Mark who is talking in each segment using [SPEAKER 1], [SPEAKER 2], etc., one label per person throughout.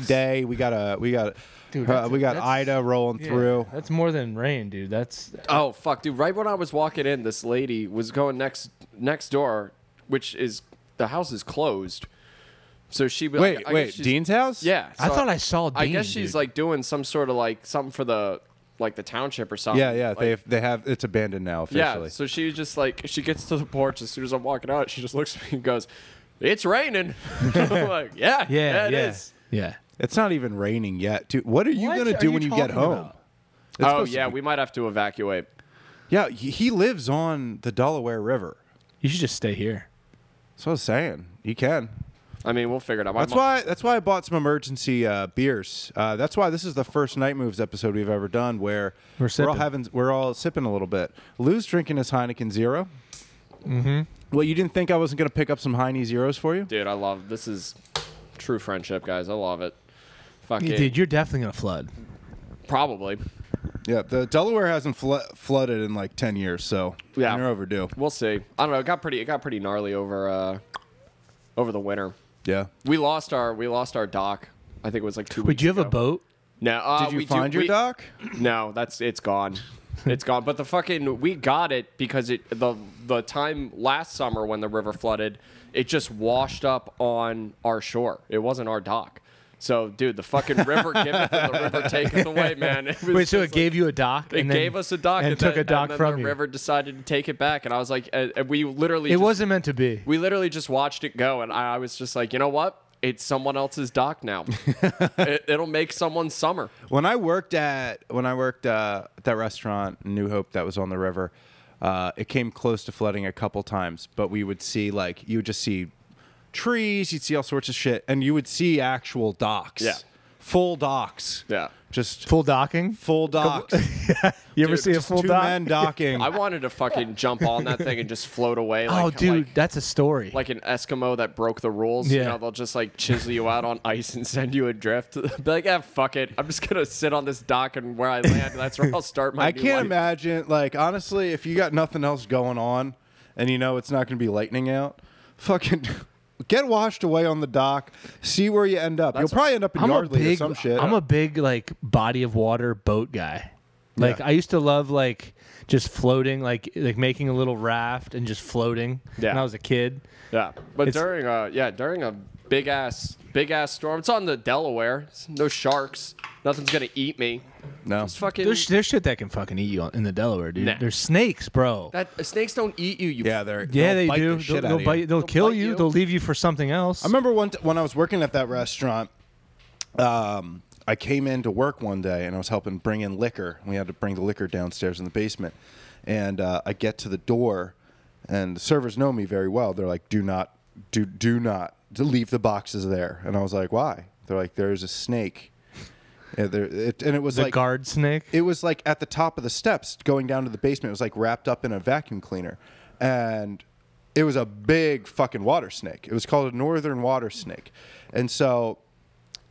[SPEAKER 1] day. We got a we got
[SPEAKER 2] Dude,
[SPEAKER 1] uh,
[SPEAKER 2] that's-
[SPEAKER 1] we got
[SPEAKER 2] that's-
[SPEAKER 1] Ida rolling
[SPEAKER 2] Yeah,
[SPEAKER 1] through.
[SPEAKER 2] That's more than rain, dude. That's
[SPEAKER 3] Oh fuck, dude! Right when I was walking in, this lady was going next next door, which is the house is closed. So she was
[SPEAKER 1] Wait,
[SPEAKER 3] I, I
[SPEAKER 1] wait,
[SPEAKER 3] guess she's-
[SPEAKER 1] Dean's house?
[SPEAKER 3] Yeah,
[SPEAKER 2] I thought I saw
[SPEAKER 3] I guess
[SPEAKER 2] Dean,
[SPEAKER 3] she's
[SPEAKER 2] dude.
[SPEAKER 3] like doing some sort of like something for the like the township or something.
[SPEAKER 1] yeah, yeah.
[SPEAKER 3] Like,
[SPEAKER 1] they they have it's abandoned now officially.
[SPEAKER 3] yeah. So she was just like she gets to the porch as soon as I'm walking out. She just looks at me and goes, "It's raining." I'm like, yeah,
[SPEAKER 2] yeah,
[SPEAKER 3] yeah, it
[SPEAKER 2] yeah,
[SPEAKER 3] is."
[SPEAKER 2] yeah.
[SPEAKER 1] it's not even raining yet, dude. What are you
[SPEAKER 2] What
[SPEAKER 1] gonna
[SPEAKER 2] are
[SPEAKER 1] do
[SPEAKER 2] you
[SPEAKER 1] when you get
[SPEAKER 2] talking
[SPEAKER 1] home?
[SPEAKER 2] about?
[SPEAKER 1] It's
[SPEAKER 3] Oh
[SPEAKER 1] supposed to
[SPEAKER 3] yeah,
[SPEAKER 1] be-
[SPEAKER 3] we might have to evacuate.
[SPEAKER 1] yeah. He he lives on the Delaware River.
[SPEAKER 2] You should just stay here.
[SPEAKER 1] That's what I was saying. You can.
[SPEAKER 3] I mean, we'll figure it out. My
[SPEAKER 1] That's
[SPEAKER 3] mom-
[SPEAKER 1] why. That's why I bought some emergency uh, beers. Uh, that's why this is the first night moves episode we've ever done where
[SPEAKER 2] We're
[SPEAKER 1] all
[SPEAKER 2] sipping.
[SPEAKER 1] having we're all sipping a little bit. Lou's drinking his Heineken 0 Mm-hmm. Well, you didn't think I wasn't gonna pick up some Heine zeros for you?
[SPEAKER 3] dude. I love this is true friendship, guys. I love it. Fuck it.
[SPEAKER 2] Dude, you're definitely gonna flood.
[SPEAKER 3] Probably.
[SPEAKER 1] Yeah, the Delaware hasn't flo- flooded in like ten years, so
[SPEAKER 3] Yeah.
[SPEAKER 1] you're overdue.
[SPEAKER 3] We'll see. I don't know. It got pretty. It got pretty gnarly over uh, over the winter.
[SPEAKER 1] Yeah.
[SPEAKER 3] We lost our we lost our dock. I think it was like two.
[SPEAKER 2] Would
[SPEAKER 3] weeks
[SPEAKER 2] you have a
[SPEAKER 3] ago.
[SPEAKER 2] boat?
[SPEAKER 3] No. Uh,
[SPEAKER 1] Did you
[SPEAKER 3] we do-
[SPEAKER 1] find your
[SPEAKER 3] we-
[SPEAKER 1] doc?
[SPEAKER 3] No, that's it's gone. It's gone. But the fucking we got it because it the the time last summer when the river flooded, it just washed up on our shore. It wasn't our dock. So, dude, the fucking river giveth and the river taketh away, man. It was
[SPEAKER 2] Wait, so it
[SPEAKER 3] just like-
[SPEAKER 2] gave you a dock?
[SPEAKER 3] It
[SPEAKER 2] and then-
[SPEAKER 3] gave us a dock
[SPEAKER 2] and, took
[SPEAKER 3] then-
[SPEAKER 2] a dock
[SPEAKER 3] and then
[SPEAKER 2] from
[SPEAKER 3] the
[SPEAKER 2] you.
[SPEAKER 3] river decided to take it back, and I was like, and, and we literally
[SPEAKER 2] It
[SPEAKER 3] just-
[SPEAKER 2] wasn't meant to be.
[SPEAKER 3] we literally just watched it go, and I, I was just like, you know what? It's someone else's dock now. it, it'll make someone's summer.
[SPEAKER 1] When I worked at when I worked uh, at that restaurant New Hope that was on the river, uh, it came close to flooding a couple times, but we would see like you would just see trees, you'd see all sorts of shit, and you would see actual docks.
[SPEAKER 3] Yeah.
[SPEAKER 1] Full docks.
[SPEAKER 3] Yeah.
[SPEAKER 1] Just full,
[SPEAKER 2] Full docking.
[SPEAKER 1] docks.
[SPEAKER 2] You ever
[SPEAKER 3] Dude,
[SPEAKER 2] see a
[SPEAKER 3] just
[SPEAKER 2] full
[SPEAKER 1] Two
[SPEAKER 2] dock?
[SPEAKER 1] men docking.
[SPEAKER 3] I wanted to fucking jump on that thing and just float away. Like,
[SPEAKER 2] oh, dude,
[SPEAKER 3] like,
[SPEAKER 2] that's a story.
[SPEAKER 3] like an Eskimo that broke the rules. You
[SPEAKER 2] Yeah.
[SPEAKER 3] know, they'll just like chisel you out on ice and send you adrift. Be like, yeah, fuck it. I'm just gonna sit on this dock, and where I land, that's where I'll start my.
[SPEAKER 1] I
[SPEAKER 3] new
[SPEAKER 1] can't
[SPEAKER 3] life."
[SPEAKER 1] imagine. Like honestly, if you got nothing else going on, and you know it's not going to be lightning out, fucking. Get washed away on the dock. See where you end up. You'll probably end up in
[SPEAKER 2] I'm a
[SPEAKER 1] Yardley
[SPEAKER 2] big,
[SPEAKER 1] or some shit.
[SPEAKER 2] I'm a big like body of water boat guy. Like
[SPEAKER 1] Yeah.
[SPEAKER 2] I used to love like just floating, like like making a little raft and just floating
[SPEAKER 3] Yeah.
[SPEAKER 2] when I was a kid.
[SPEAKER 3] Yeah, but
[SPEAKER 2] It's-
[SPEAKER 3] during a yeah during a big ass big ass storm, it's on the Delaware. It's no sharks. Nothing's gonna eat me.
[SPEAKER 1] no.
[SPEAKER 3] It's fucking
[SPEAKER 2] There's, there's shit that can fucking eat you on- in the Delaware, dude.
[SPEAKER 3] Nah.
[SPEAKER 2] There's snakes, bro.
[SPEAKER 3] that snakes don't eat you. You
[SPEAKER 1] Yeah, they're
[SPEAKER 2] yeah,
[SPEAKER 1] they'll
[SPEAKER 2] they
[SPEAKER 1] bite
[SPEAKER 2] do.
[SPEAKER 1] The
[SPEAKER 2] They'll,
[SPEAKER 1] shit
[SPEAKER 2] they'll
[SPEAKER 1] out of you.
[SPEAKER 2] bite. They'll,
[SPEAKER 3] They'll
[SPEAKER 2] kill
[SPEAKER 3] bite
[SPEAKER 2] you.
[SPEAKER 3] you.
[SPEAKER 2] They'll leave you for something else.
[SPEAKER 1] I remember one t- when I was working at that restaurant. Um, I came in to work one day and I was helping bring in liquor. We had to bring the liquor downstairs in the basement, and uh, I get to the door, and the servers know me very well. They're like, "Do not, do do not to leave the boxes there." And I was like, "Why?" They're like, "There's a snake," and, there, it, and it was
[SPEAKER 2] the
[SPEAKER 1] like
[SPEAKER 2] guard snake.
[SPEAKER 1] it was like at the top of the steps going down to the basement. It was like wrapped up in a vacuum cleaner. And it was a big fucking water snake. It was called a northern water snake. And so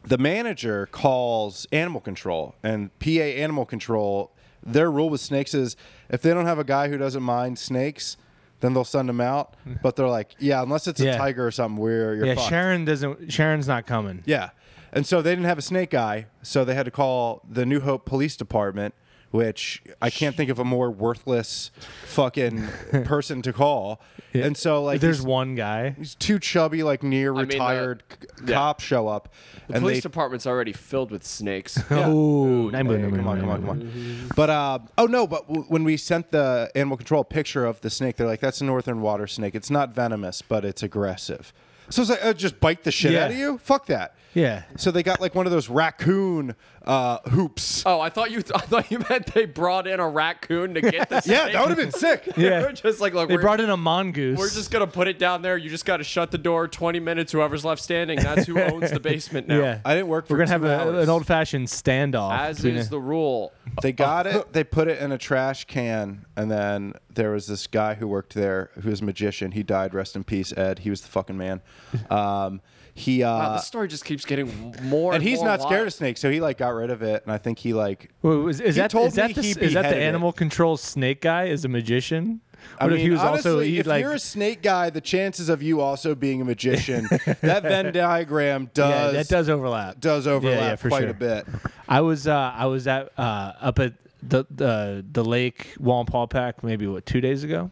[SPEAKER 1] the manager calls animal control and PA animal control. Their rule with snakes is if they don't have a guy who doesn't mind snakes, then they'll send them out. But they're like, yeah, unless it's
[SPEAKER 2] Yeah.
[SPEAKER 1] a tiger or something, we're you're
[SPEAKER 2] yeah,
[SPEAKER 1] fucked.
[SPEAKER 2] Sharon doesn't. Sharon's not coming.
[SPEAKER 1] Yeah. And so they didn't have a snake eye, so they had to call the New Hope Police Department, which I can't think of a more worthless fucking person to call. And so like
[SPEAKER 2] There's
[SPEAKER 1] these-
[SPEAKER 2] one guy.
[SPEAKER 1] these two chubby like near
[SPEAKER 3] mean, the-
[SPEAKER 1] retired c
[SPEAKER 3] yeah.
[SPEAKER 1] cops show up and
[SPEAKER 3] Police
[SPEAKER 1] they
[SPEAKER 3] department's already filled with snakes.
[SPEAKER 1] Yeah.
[SPEAKER 2] Oh,
[SPEAKER 1] Hey, come on, come on, come on. But uh, oh no! But w- when we sent the animal control a picture of the snake, they're like, "That's a northern water snake. It's not venomous, but it's aggressive." So it's like, oh, "Just bite the shit
[SPEAKER 2] Yeah.
[SPEAKER 1] out of you? Fuck that!"
[SPEAKER 2] Yeah.
[SPEAKER 1] So they got like one of those raccoon uh, hoops.
[SPEAKER 3] Oh, I thought you I thought you meant they brought in a raccoon to get the
[SPEAKER 1] yeah,
[SPEAKER 3] snake.
[SPEAKER 1] that would have been sick.
[SPEAKER 2] Yeah.
[SPEAKER 3] They were just like look,
[SPEAKER 2] They
[SPEAKER 3] we're,
[SPEAKER 2] brought in a mongoose.
[SPEAKER 3] we're just gonna put it down there. You just gotta shut the door. Twenty minutes. Whoever's left standing, that's who owns the basement now.
[SPEAKER 2] yeah.
[SPEAKER 1] I didn't work for
[SPEAKER 2] We're gonna
[SPEAKER 1] two
[SPEAKER 2] have a,
[SPEAKER 1] hours.
[SPEAKER 2] an old fashioned standoff.
[SPEAKER 3] As
[SPEAKER 2] between
[SPEAKER 3] is
[SPEAKER 2] a-
[SPEAKER 3] the rule.
[SPEAKER 1] They got it. They put it in a trash can, and then there was this guy who worked there, who was a magician. He died. Rest in peace, Ed. He was the fucking man. Um, he uh,
[SPEAKER 3] Wow, this story just keeps getting more.
[SPEAKER 1] and he's
[SPEAKER 3] more
[SPEAKER 1] not scared
[SPEAKER 3] wild.
[SPEAKER 1] of snakes, so he like got rid of it. And I think he like
[SPEAKER 2] Wait, was- is,
[SPEAKER 1] He
[SPEAKER 2] that,
[SPEAKER 1] told
[SPEAKER 2] is that
[SPEAKER 1] me
[SPEAKER 2] the,
[SPEAKER 1] he
[SPEAKER 2] is that the
[SPEAKER 1] beheaded it.
[SPEAKER 2] animal control snake guy? Is a magician?
[SPEAKER 1] I
[SPEAKER 2] What if
[SPEAKER 1] mean,
[SPEAKER 2] he was also-
[SPEAKER 1] honestly,
[SPEAKER 2] he'd
[SPEAKER 1] if
[SPEAKER 2] like-
[SPEAKER 1] you're a snake guy, the chances of you also being a magician, that Venn diagram
[SPEAKER 2] Yeah,
[SPEAKER 1] does
[SPEAKER 2] that does overlap.
[SPEAKER 1] does overlap
[SPEAKER 2] yeah, for
[SPEAKER 1] quite
[SPEAKER 2] sure.
[SPEAKER 1] a bit.
[SPEAKER 2] I was uh, I was at uh, up at the the the lake Wampaupack maybe what two days ago,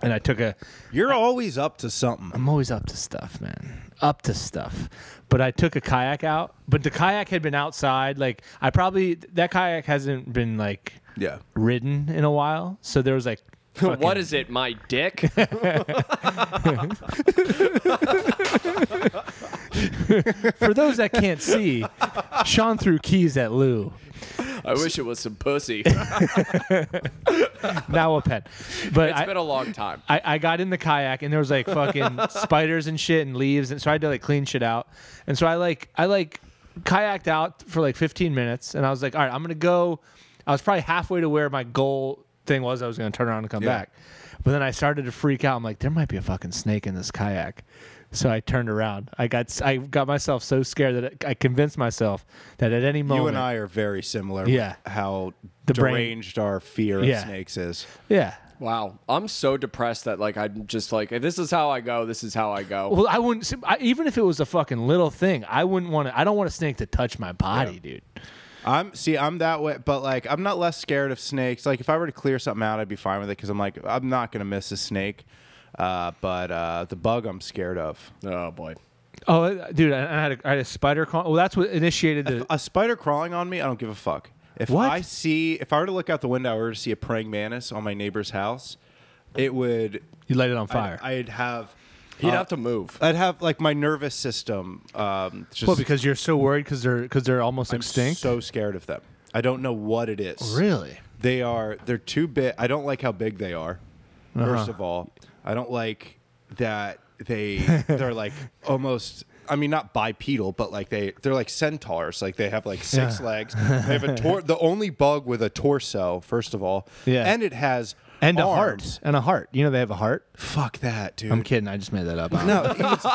[SPEAKER 2] and I took a
[SPEAKER 1] You're always up to something.
[SPEAKER 2] I'm always up to stuff, man. Up to stuff. But I took a kayak out, but the kayak had been outside. Like I probably that kayak hasn't been like
[SPEAKER 1] Yeah.
[SPEAKER 2] ridden in a while, so there was like fucking-
[SPEAKER 3] What is it, my dick?
[SPEAKER 2] for those that can't see, Sean threw keys at Lou.
[SPEAKER 3] I wish it was some pussy.
[SPEAKER 2] Now a pen, but
[SPEAKER 3] It's
[SPEAKER 2] I,
[SPEAKER 3] been a long time.
[SPEAKER 2] I, I got in the kayak and there was like fucking spiders and shit and leaves and so I had to like clean shit out. And so I like I like kayaked out for like 15 minutes and I was like, all right, I'm gonna go. I was probably halfway to where my goal thing was. I was gonna turn around and come
[SPEAKER 1] Yeah.
[SPEAKER 2] back, but then I started to freak out. I'm like, there might be a fucking snake in this kayak. So I turned around. I got s- I got myself so scared that I convinced myself that at any moment
[SPEAKER 1] You and I are very similar. with
[SPEAKER 2] Oh, Yeah.
[SPEAKER 1] How
[SPEAKER 2] The brain-
[SPEAKER 1] deranged our fear
[SPEAKER 2] Yeah.
[SPEAKER 1] of snakes is.
[SPEAKER 2] yeah.
[SPEAKER 3] Wow, I'm so depressed that like I'm just like this is how I go. This is how I go.
[SPEAKER 2] Well, I wouldn't. I, even if it was a fucking little thing, I wouldn't want to. I don't want a snake to touch my body, dude.
[SPEAKER 1] I'm see, I'm that way, but like I'm not less scared of snakes. Like if I were to clear something out, I'd be fine with it because I'm like I'm not gonna miss a snake. Uh, but uh, the bug I'm scared of.
[SPEAKER 3] Oh boy.
[SPEAKER 2] Oh, uh, dude, I, I had a, I had a spider crawl. Well, that's what initiated the.
[SPEAKER 1] A spider crawling on me, I don't give a fuck. If
[SPEAKER 2] What?
[SPEAKER 1] I see, if I were to look out the window, I were to see a praying mantis on my neighbor's house, it would.
[SPEAKER 2] You light it on fire.
[SPEAKER 1] I'd, I'd have.
[SPEAKER 3] You'd
[SPEAKER 1] uh,
[SPEAKER 3] have to move.
[SPEAKER 1] I'd have like my nervous system. Um, just
[SPEAKER 2] well, because you're so worried because they're because they're almost
[SPEAKER 1] I'm
[SPEAKER 2] extinct.
[SPEAKER 1] so scared of them. I don't know what it is.
[SPEAKER 2] really?
[SPEAKER 1] They are they're too big. I don't like how big they are.
[SPEAKER 2] Uh-huh.
[SPEAKER 1] First of all, I don't like that they they're like almost I mean not bipedal, but like they they're like centaurs. Like they have like six
[SPEAKER 2] Yeah.
[SPEAKER 1] legs. They have a tor- the only bug with a torso. First of all,
[SPEAKER 2] Yeah.
[SPEAKER 1] and it has
[SPEAKER 2] And a
[SPEAKER 1] arms.
[SPEAKER 2] heart. And a heart. You know they have a heart.
[SPEAKER 1] Fuck that, dude.
[SPEAKER 2] I'm kidding. I just made that up.
[SPEAKER 1] no, it's-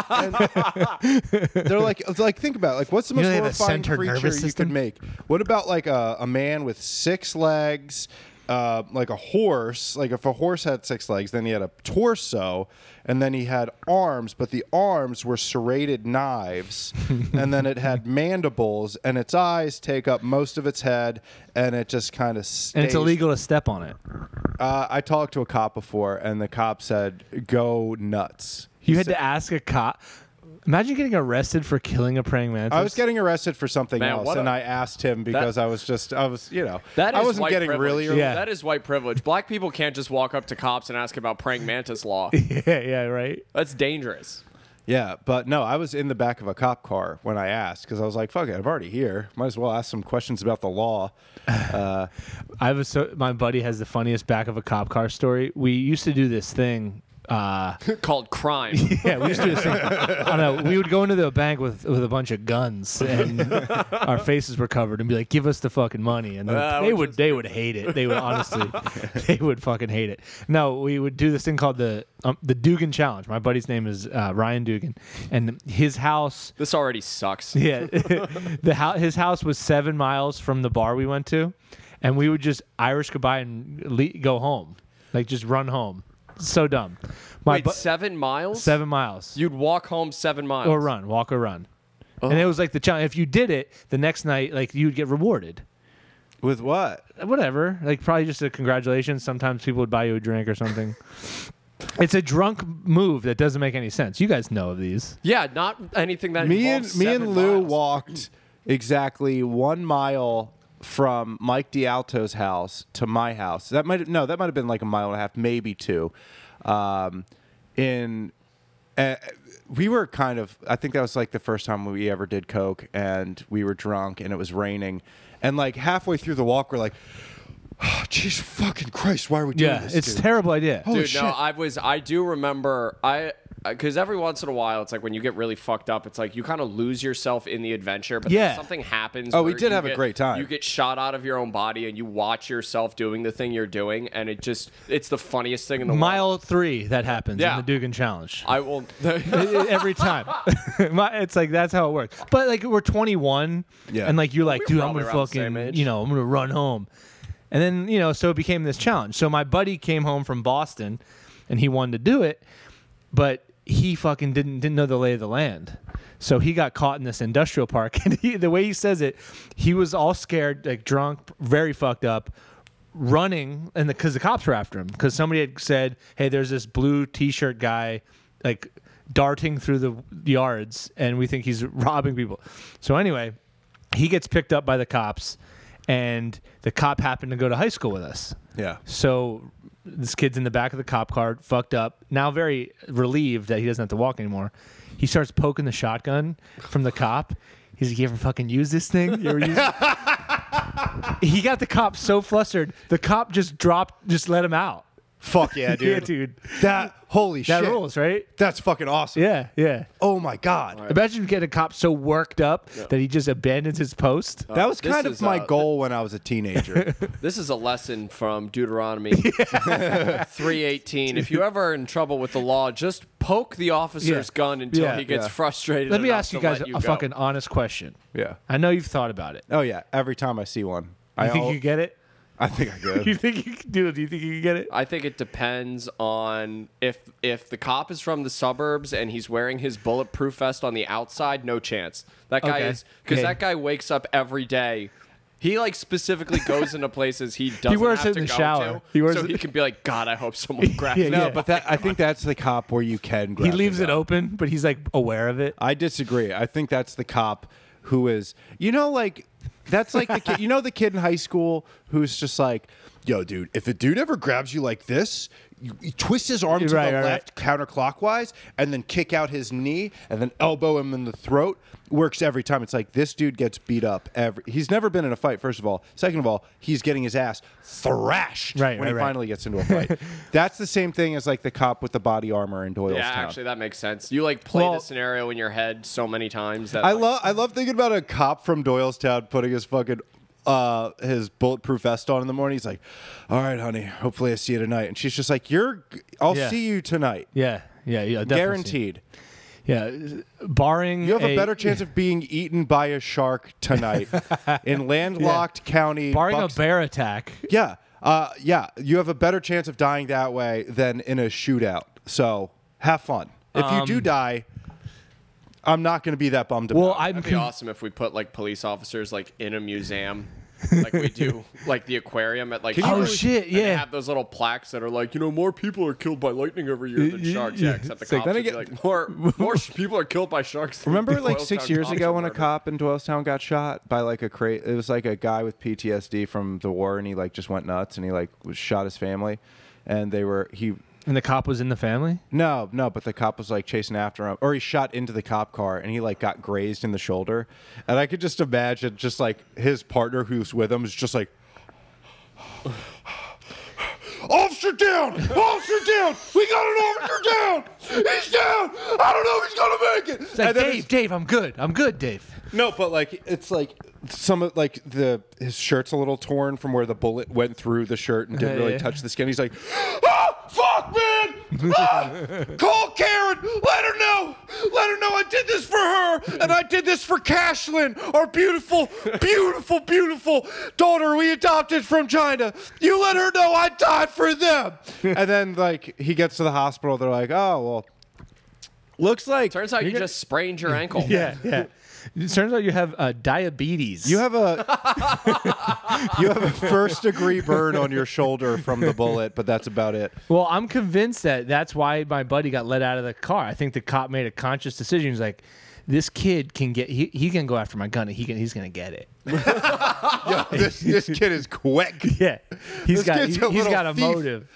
[SPEAKER 1] and they're like, it's like think about it, like what's the
[SPEAKER 2] You
[SPEAKER 1] most
[SPEAKER 2] know they have a
[SPEAKER 1] horrifying
[SPEAKER 2] centered
[SPEAKER 1] creature
[SPEAKER 2] nervous
[SPEAKER 1] you could
[SPEAKER 2] system?
[SPEAKER 1] make? What about like a, a man with six legs, uh, like a horse? Like if a horse had six legs, then he had a torso, and then he had arms, but the arms were serrated knives, and then it had mandibles, and its eyes take up most of its head, and it just kind of
[SPEAKER 2] And it's illegal to step on it.
[SPEAKER 1] Uh, I talked to a cop before, and the cop said, "Go nuts."
[SPEAKER 2] You had to ask a cop. Imagine getting arrested for killing a praying mantis.
[SPEAKER 1] I was getting arrested for something
[SPEAKER 3] Man,
[SPEAKER 1] else,
[SPEAKER 3] what
[SPEAKER 1] and
[SPEAKER 3] a-
[SPEAKER 1] I asked him because I was just, I was, you know,
[SPEAKER 3] That
[SPEAKER 1] I
[SPEAKER 3] is
[SPEAKER 1] wasn't
[SPEAKER 3] white
[SPEAKER 1] getting
[SPEAKER 3] privilege.
[SPEAKER 1] really.
[SPEAKER 2] Yeah.
[SPEAKER 3] That is white privilege. Black people can't just walk up to cops and ask about praying mantis law.
[SPEAKER 2] yeah, yeah, right.
[SPEAKER 3] That's dangerous.
[SPEAKER 1] Yeah, but no, I was in the back of a cop car when I asked because I was like, "Fuck it, I'm already here. Might as well ask some questions about the law."
[SPEAKER 2] I have a so, my buddy has the funniest back of a cop car story. We used to do this thing. Uh,
[SPEAKER 3] Called crime.
[SPEAKER 2] Yeah, we used to do this thing. I don't know. We would go into the bank with with a bunch of guns, and our faces were covered, and be like, "Give us the fucking money." And then
[SPEAKER 3] Uh,
[SPEAKER 2] they
[SPEAKER 3] which
[SPEAKER 2] would they would hate it. They would honestly, they would fucking hate it. No, we would do this thing called the um, the Dugan Challenge. My buddy's name is uh, Ryan Dugan, and his house.
[SPEAKER 3] this already sucks.
[SPEAKER 2] Yeah, the house. His house was seven miles from the bar we went to, and we would just Irish goodbye and le- go home, like just run home. So dumb. My
[SPEAKER 3] Wait,
[SPEAKER 2] bu-
[SPEAKER 3] seven miles?
[SPEAKER 2] seven miles
[SPEAKER 3] You'd walk home seven miles.
[SPEAKER 2] or run, walk or run. And it was like the challenge. If you did it the next night, like you'd get rewarded.
[SPEAKER 1] With what?
[SPEAKER 2] Uh, Whatever, like probably just a congratulations. Sometimes people would buy you a drink or something. it's a drunk move that doesn't make any sense. You guys know of these.
[SPEAKER 3] Yeah, not anything that
[SPEAKER 1] Me
[SPEAKER 3] involves
[SPEAKER 1] and me
[SPEAKER 3] seven
[SPEAKER 1] and Lou
[SPEAKER 3] miles.
[SPEAKER 1] walked exactly one mile from Mike D'Alto's house to my house. That might no, that might have been like a mile and a half, maybe two. Um, in uh, we were kind of i think that was like the first time we ever did coke and we were drunk and it was raining and like halfway through the walk we're like oh, jeez fucking christ why are we doing
[SPEAKER 2] Yeah,
[SPEAKER 1] this
[SPEAKER 2] it's Oh.
[SPEAKER 1] dude?"
[SPEAKER 2] terrible idea.
[SPEAKER 1] Holy
[SPEAKER 3] Dude, no,
[SPEAKER 1] shit.
[SPEAKER 3] I was. I do remember. I because every once in a while, it's like when you get really fucked up, it's like you kind of lose yourself in the adventure. But then
[SPEAKER 2] Yeah.
[SPEAKER 3] something happens.
[SPEAKER 1] Oh, we
[SPEAKER 3] where
[SPEAKER 1] did
[SPEAKER 3] you
[SPEAKER 1] have a
[SPEAKER 3] get-
[SPEAKER 1] great time.
[SPEAKER 3] You get shot out of your own body, and you watch yourself doing the thing you're doing, and it just it's the funniest thing in the world.
[SPEAKER 2] Mile three that happens
[SPEAKER 3] Yeah.
[SPEAKER 2] in the Dugan Challenge.
[SPEAKER 3] I will.
[SPEAKER 2] every time. My- it's like that's how it works. But like we're 21,
[SPEAKER 1] Yeah.
[SPEAKER 2] and like you're like,
[SPEAKER 3] We
[SPEAKER 2] dude,
[SPEAKER 3] were
[SPEAKER 2] I'm
[SPEAKER 3] probably
[SPEAKER 2] gonna
[SPEAKER 3] around the same
[SPEAKER 2] fucking,
[SPEAKER 3] age.
[SPEAKER 2] you know, I'm gonna run home. And then, you know, so it became this challenge. So my buddy came home from Boston and he wanted to do it, but he fucking didn't didn't know the lay of the land. So he got caught in this industrial park and he, the way he says it, he was all scared, like drunk, very fucked up, running and because the, cops were after him because somebody had said hey there's this blue t-shirt guy like darting through the yards and we think he's robbing people so anyway he gets picked up by the cops and the cop happened to go to high school with us
[SPEAKER 1] Yeah.
[SPEAKER 2] so this kid's in the back of the cop car, fucked up. Now very relieved that he doesn't have to walk anymore. He starts poking the shotgun from the cop. He's like, "You ever fucking use this thing?" You ever use-" he got the cop so flustered. The cop just dropped, just let him out.
[SPEAKER 1] Fuck yeah, dude.
[SPEAKER 2] Yeah, dude.
[SPEAKER 1] That holy
[SPEAKER 2] That
[SPEAKER 1] shit.
[SPEAKER 2] rules, right?
[SPEAKER 1] That's fucking awesome.
[SPEAKER 2] Yeah, yeah.
[SPEAKER 1] Oh my god.
[SPEAKER 2] Imagine getting a cop so worked up that he just abandons his post.
[SPEAKER 1] That was
[SPEAKER 3] This
[SPEAKER 1] kind of
[SPEAKER 3] is,
[SPEAKER 1] my
[SPEAKER 3] uh,
[SPEAKER 1] goal when I was a teenager.
[SPEAKER 3] This is a lesson from Deuteronomy 318. If you ever are in trouble with the law, just poke the officer's
[SPEAKER 2] Yeah.
[SPEAKER 3] gun until
[SPEAKER 2] Yeah.
[SPEAKER 3] he gets
[SPEAKER 1] Yeah.
[SPEAKER 3] frustrated.
[SPEAKER 2] Let me
[SPEAKER 3] enough
[SPEAKER 2] ask you
[SPEAKER 3] to
[SPEAKER 2] guys
[SPEAKER 3] let
[SPEAKER 2] a
[SPEAKER 3] go.
[SPEAKER 2] fucking honest question.
[SPEAKER 1] yeah.
[SPEAKER 2] I know you've thought about it.
[SPEAKER 1] Oh yeah. Every time I see one, I
[SPEAKER 2] You think
[SPEAKER 1] al- Uh,
[SPEAKER 2] you get it?
[SPEAKER 1] I think I could.
[SPEAKER 2] You think you can do it? Do you think you can get it?
[SPEAKER 3] I think it depends on if if the cop is from the suburbs and he's wearing his bulletproof vest on the outside, no chance. That guy
[SPEAKER 2] Okay.
[SPEAKER 3] is because
[SPEAKER 2] Okay.
[SPEAKER 3] that guy wakes up every day. He like specifically goes into places he doesn't
[SPEAKER 2] wears
[SPEAKER 3] have
[SPEAKER 2] it
[SPEAKER 3] to
[SPEAKER 2] in the
[SPEAKER 3] go
[SPEAKER 2] shower.
[SPEAKER 3] to,
[SPEAKER 2] He wears
[SPEAKER 3] so
[SPEAKER 2] it-
[SPEAKER 3] he can be like, God, I hope someone grabs
[SPEAKER 2] Yeah,
[SPEAKER 3] me.
[SPEAKER 1] no,
[SPEAKER 2] yeah.
[SPEAKER 1] but that I think that's the cop where you can. Grab
[SPEAKER 2] he leaves
[SPEAKER 1] the
[SPEAKER 2] it
[SPEAKER 1] gun.
[SPEAKER 2] open, but he's like aware of it.
[SPEAKER 1] I disagree. I think that's the cop who is, you know, like that's like the kid, you know the kid in high school who's just like, yo, dude, if a dude ever grabs you like this, you, you twist his arm to
[SPEAKER 2] Right,
[SPEAKER 1] the
[SPEAKER 2] right,
[SPEAKER 1] left counterclockwise, and then kick out his knee, and then elbow him in the throat. Works every time. It's like this dude gets beat up every. He's never been in a fight. First of all, second of all, he's getting his ass thrashed
[SPEAKER 2] Right,
[SPEAKER 1] when
[SPEAKER 2] right,
[SPEAKER 1] he
[SPEAKER 2] right.
[SPEAKER 1] finally gets into a fight. that's the same thing as like the cop with the body armor in Doylestown.
[SPEAKER 3] Yeah, actually, that makes sense. You like play
[SPEAKER 2] Well-
[SPEAKER 3] the scenario in your head so many times that
[SPEAKER 1] I
[SPEAKER 3] like,
[SPEAKER 1] love I love thinking about a cop from Doylestown putting his fucking uh his bulletproof vest on in the morning. He's like, "All right, honey, hopefully I see you tonight." And she's just like, "You're I'll
[SPEAKER 2] Yeah.
[SPEAKER 1] see you tonight."
[SPEAKER 2] Yeah, yeah, yeah. definitely.
[SPEAKER 1] Guaranteed.
[SPEAKER 2] Yeah, barring
[SPEAKER 1] You have a, better chance of being eaten by a shark tonight in landlocked county.
[SPEAKER 2] barring
[SPEAKER 1] Bucks-
[SPEAKER 2] a bear attack.
[SPEAKER 1] yeah. Uh, yeah, you have a better chance of dying that way than in a shootout. So have fun. If you do die, I'm not going to be that bummed about.
[SPEAKER 2] Um, Well,
[SPEAKER 1] it.
[SPEAKER 2] I'm
[SPEAKER 3] It'd be
[SPEAKER 2] con-
[SPEAKER 3] awesome if we put like police officers like in a museum, like we do, like the aquarium at like.
[SPEAKER 2] you
[SPEAKER 3] Shark-
[SPEAKER 2] really- Oh, shit,
[SPEAKER 3] and they
[SPEAKER 2] yeah.
[SPEAKER 3] have those little plaques that are like, you know, more people are killed by lightning every year than
[SPEAKER 2] Yeah,
[SPEAKER 3] sharks.
[SPEAKER 2] yeah.
[SPEAKER 3] Yeah, except the
[SPEAKER 2] It's like,
[SPEAKER 3] cops
[SPEAKER 2] then
[SPEAKER 3] would
[SPEAKER 2] I
[SPEAKER 3] be
[SPEAKER 2] get-
[SPEAKER 3] like, more more sh- people are killed by sharks. than
[SPEAKER 1] Remember, like
[SPEAKER 3] Doylestown
[SPEAKER 1] six years
[SPEAKER 3] cops
[SPEAKER 1] ago,
[SPEAKER 3] are
[SPEAKER 1] when a
[SPEAKER 3] murdered.
[SPEAKER 1] cop in Doylestown got shot by like a cra It was like a guy with PTSD from the war, and he like just went nuts, and he like was shot his family, and they were he.
[SPEAKER 2] and the cop was in the family.
[SPEAKER 1] No, no, but the cop was like chasing after him, or he shot into the cop car, and he like got grazed in the shoulder, and I could just imagine just like his partner who's with him is just like. Officer down! Officer down! We got an officer down! He's down! I don't know if he's gonna make it!
[SPEAKER 2] It's like
[SPEAKER 1] And then
[SPEAKER 2] Dave, Dave, I'm good, I'm good, Dave.
[SPEAKER 1] no, but like it's like some of like the his shirt's a little torn from where the bullet went through the shirt and didn't
[SPEAKER 2] Yeah,
[SPEAKER 1] really
[SPEAKER 2] yeah.
[SPEAKER 1] touch the skin. He's like, ah, fuck, man, ah, call Karen, let her know, let her know I did this for her and I did this for Cashlyn, our beautiful, beautiful, beautiful daughter we adopted from China. You let her know I died for them. and then like he gets to the hospital, they're like, oh well, looks like
[SPEAKER 3] Turns out you just sprained your ankle.
[SPEAKER 2] Yeah, yeah. It turns out you have uh, diabetes.
[SPEAKER 1] You have a you have a first degree burn on your shoulder from the bullet, but that's about it.
[SPEAKER 2] Well, I'm convinced that that's why my buddy got let out of the car. I think the cop made a conscious decision. He's like, this kid can get he, he can go after my gun. And he can he's gonna get it.
[SPEAKER 1] Yo, this this kid is quick.
[SPEAKER 2] Yeah, he's
[SPEAKER 1] This
[SPEAKER 2] got
[SPEAKER 1] kid's
[SPEAKER 2] he,
[SPEAKER 1] a
[SPEAKER 2] has
[SPEAKER 1] little
[SPEAKER 2] got a
[SPEAKER 1] thief.
[SPEAKER 2] motive.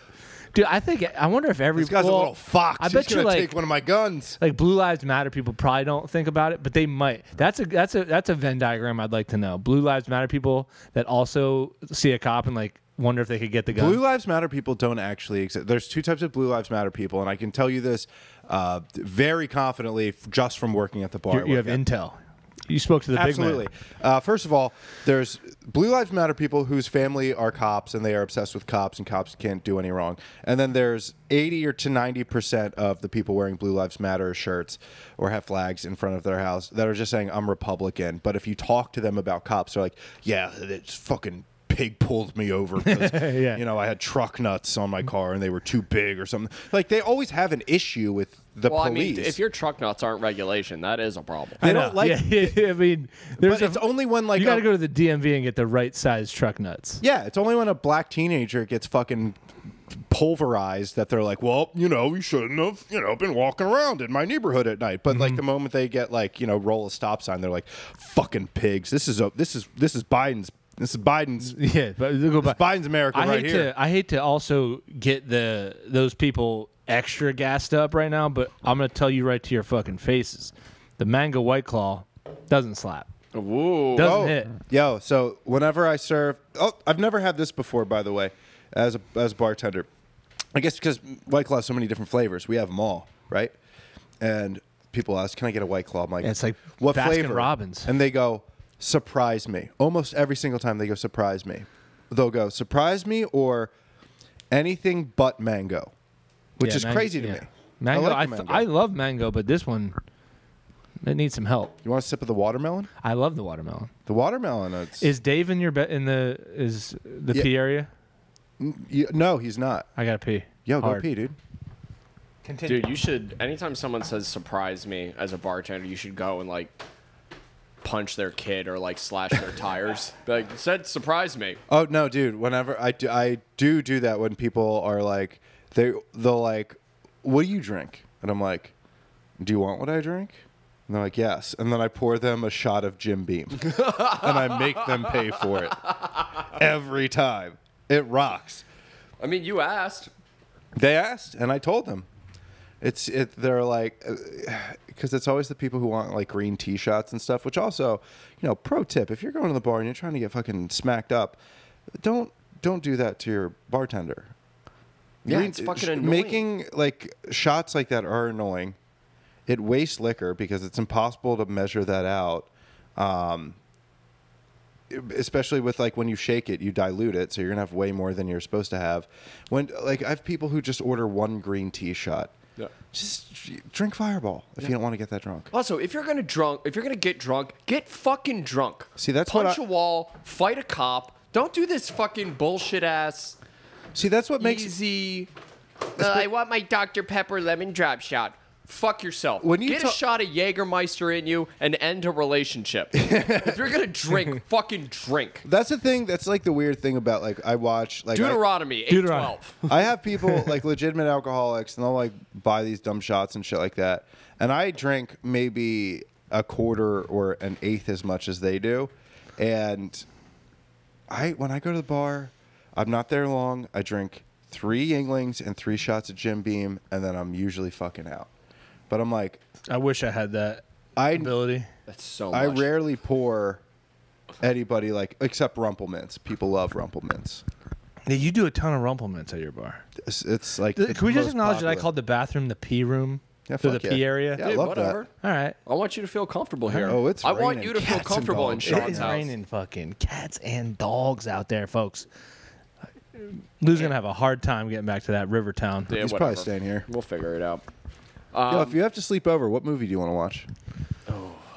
[SPEAKER 2] Dude, I think I wonder if every
[SPEAKER 1] This guy's
[SPEAKER 2] well,
[SPEAKER 1] a little fox.
[SPEAKER 2] I bet
[SPEAKER 1] He's
[SPEAKER 2] you
[SPEAKER 1] gonna
[SPEAKER 2] like
[SPEAKER 1] take one of my guns.
[SPEAKER 2] like Blue Lives Matter people probably don't think about it, but they might. That's a that's a that's a Venn diagram I'd like to know. Blue Lives Matter people that also see a cop and like wonder if they could get the gun.
[SPEAKER 1] Blue Lives Matter people don't actually exist. There's two types of Blue Lives Matter people, and I can tell you this uh, very confidently f- just from working at the bar.
[SPEAKER 2] you,
[SPEAKER 1] I
[SPEAKER 2] you
[SPEAKER 1] work
[SPEAKER 2] have
[SPEAKER 1] at.
[SPEAKER 2] intel. You spoke to the
[SPEAKER 1] Absolutely.
[SPEAKER 2] big man.
[SPEAKER 1] Uh, first of all, there's Blue Lives Matter people whose family are cops and they are obsessed with cops and cops can't do any wrong. And then there's 80 or to 90% of the people wearing Blue Lives Matter shirts or have flags in front of their house that are just saying, I'm Republican. But if you talk to them about cops, they're like, yeah, it's fucking. pig pulled me over because
[SPEAKER 2] Yeah.
[SPEAKER 1] you know I had truck nuts on my car and they were too big or something. Like they always have an issue with the
[SPEAKER 3] Well,
[SPEAKER 1] police.
[SPEAKER 3] I mean, if your truck nuts aren't regulation, that is a problem.
[SPEAKER 1] they
[SPEAKER 2] I
[SPEAKER 1] don't
[SPEAKER 2] know.
[SPEAKER 1] like,
[SPEAKER 2] Yeah, I mean,
[SPEAKER 1] but
[SPEAKER 2] there's a,
[SPEAKER 1] it's only when like
[SPEAKER 2] you got
[SPEAKER 1] a-
[SPEAKER 2] to go to the DMV and get the right size truck nuts.
[SPEAKER 1] Yeah, it's only when a black teenager gets fucking pulverized that they're like, well, you know, you shouldn't have, you know, been walking around in my neighborhood at night. But like the moment they get like, you know, roll a stop sign, they're like, fucking pigs. This is a this is this is Biden's this is Biden's
[SPEAKER 2] Yeah, but go by.
[SPEAKER 1] Biden's America
[SPEAKER 2] I
[SPEAKER 1] right
[SPEAKER 2] hate
[SPEAKER 1] here.
[SPEAKER 2] to I hate to also get the those people extra gassed up right now, but I'm gonna tell you right to your fucking faces. The mango white claw doesn't slap.
[SPEAKER 3] Ooh.
[SPEAKER 2] Doesn't
[SPEAKER 1] Oh.
[SPEAKER 2] hit.
[SPEAKER 1] Yo, so whenever I serve, oh, I've never had this before, by the way, as a as a bartender. I guess because White Claw has so many different flavors, we have them all, right? And people ask, "Can I get a White Claw?" I'm like,
[SPEAKER 2] Yeah, it's like
[SPEAKER 1] what
[SPEAKER 2] Baskin
[SPEAKER 1] flavor?
[SPEAKER 2] Robbins.
[SPEAKER 1] And they go, "Surprise me!" Almost every single time they go, "Surprise me." They'll go, "Surprise me," or anything but mango, which
[SPEAKER 2] Yeah,
[SPEAKER 1] is
[SPEAKER 2] mango-
[SPEAKER 1] crazy to
[SPEAKER 2] yeah.
[SPEAKER 1] me.
[SPEAKER 2] Mango,
[SPEAKER 1] I, like
[SPEAKER 2] I,
[SPEAKER 1] the
[SPEAKER 2] f-
[SPEAKER 1] mango.
[SPEAKER 2] I love mango, but this one it needs some help.
[SPEAKER 1] you want a sip of the watermelon?
[SPEAKER 2] I love the watermelon.
[SPEAKER 1] The watermelon. It's,
[SPEAKER 2] Is Dave in your be- in the is the
[SPEAKER 1] Yeah.
[SPEAKER 2] pee area?
[SPEAKER 1] you- no, he's not.
[SPEAKER 2] I gotta pee.
[SPEAKER 1] Yo,
[SPEAKER 2] Hard.
[SPEAKER 1] go pee, dude.
[SPEAKER 2] Continue.
[SPEAKER 3] Dude, you should. Anytime someone says "surprise me" as a bartender, you should go and like punch their kid or like slash their tires. Be Like said, surprise me.
[SPEAKER 1] Oh no, dude! Whenever I do, I do do that when people are like, they they'll like, "What do you drink?" And I'm like, "Do you want what I drink?" And they're like, "Yes." And then I pour them a shot of Jim Beam, and I make them pay for it every time. It rocks.
[SPEAKER 3] I mean, you asked.
[SPEAKER 1] They asked, and I told them. It's it. They're like, because it's always the people who want like green tea shots and stuff. Which also, you know, pro tip: if you're going to the bar and you're trying to get fucking smacked up, don't don't do that to your bartender.
[SPEAKER 3] Yeah, it's fucking annoying.
[SPEAKER 1] Making like shots like that are annoying. It wastes liquor because it's impossible to measure that out. um, especially with like when you shake it, you dilute it, so you're gonna have way more than you're supposed to have. When like I have people who just order one green tea shot.
[SPEAKER 3] Yeah.
[SPEAKER 1] Just drink Fireball if you don't want to get that drunk.
[SPEAKER 3] Also, if you're gonna drunk, if you're gonna get drunk, get fucking drunk.
[SPEAKER 1] See, that's what
[SPEAKER 3] punch
[SPEAKER 1] I-
[SPEAKER 3] a wall, fight a cop. Don't do this fucking bullshit ass
[SPEAKER 1] See, that's what makes
[SPEAKER 3] easy. "Uh, I want my Dr Pepper lemon drop shot. Fuck yourself.
[SPEAKER 1] When you
[SPEAKER 3] get
[SPEAKER 1] ta-
[SPEAKER 3] a shot of Jägermeister in you and end a relationship. if you're gonna drink, fucking drink.
[SPEAKER 1] that's the thing. That's like the weird thing about like I watch like I-
[SPEAKER 3] Deuteronomy eight
[SPEAKER 2] Deuteronomy.
[SPEAKER 3] twelve.
[SPEAKER 1] I have people like legitimate alcoholics, and they'll like buy these dumb shots and shit like that. And I drink maybe a quarter or an eighth as much as they do. And I when I go to the bar, I'm not there long. I drink three Yinglings and three shots of Jim Beam, and then I'm usually fucking out. But I'm like,
[SPEAKER 2] I wish I had that
[SPEAKER 1] I
[SPEAKER 2] ability.
[SPEAKER 3] That's so.
[SPEAKER 1] I
[SPEAKER 3] much.
[SPEAKER 1] rarely pour anybody like except Rumplemints. People love Rumplemints.
[SPEAKER 2] Yeah, you do a ton of rumplements at your bar.
[SPEAKER 1] It's, it's like the
[SPEAKER 2] Th- Can we just
[SPEAKER 1] most
[SPEAKER 2] acknowledge that I
[SPEAKER 1] popular.
[SPEAKER 2] called the bathroom the pee room
[SPEAKER 1] Yeah,
[SPEAKER 2] for the
[SPEAKER 1] fuck yeah.
[SPEAKER 2] pee area?
[SPEAKER 1] Yeah. I
[SPEAKER 3] Dude,
[SPEAKER 1] love that.
[SPEAKER 3] whatever.
[SPEAKER 2] All right.
[SPEAKER 3] I want you to feel comfortable here.
[SPEAKER 1] Oh, it's
[SPEAKER 3] I want
[SPEAKER 1] raining
[SPEAKER 3] you to feel
[SPEAKER 1] cats and
[SPEAKER 3] comfortable in
[SPEAKER 1] dogs.
[SPEAKER 2] It
[SPEAKER 3] Sean's
[SPEAKER 2] is
[SPEAKER 3] house.
[SPEAKER 2] raining fucking cats and dogs out there, folks. Lou's gonna have a hard time getting back to that river town.
[SPEAKER 3] Yeah,
[SPEAKER 1] He's
[SPEAKER 3] whatever.
[SPEAKER 1] probably staying here.
[SPEAKER 3] We'll figure it out.
[SPEAKER 1] Yo,
[SPEAKER 3] Um,
[SPEAKER 1] if you have to sleep over, what movie do you want to watch?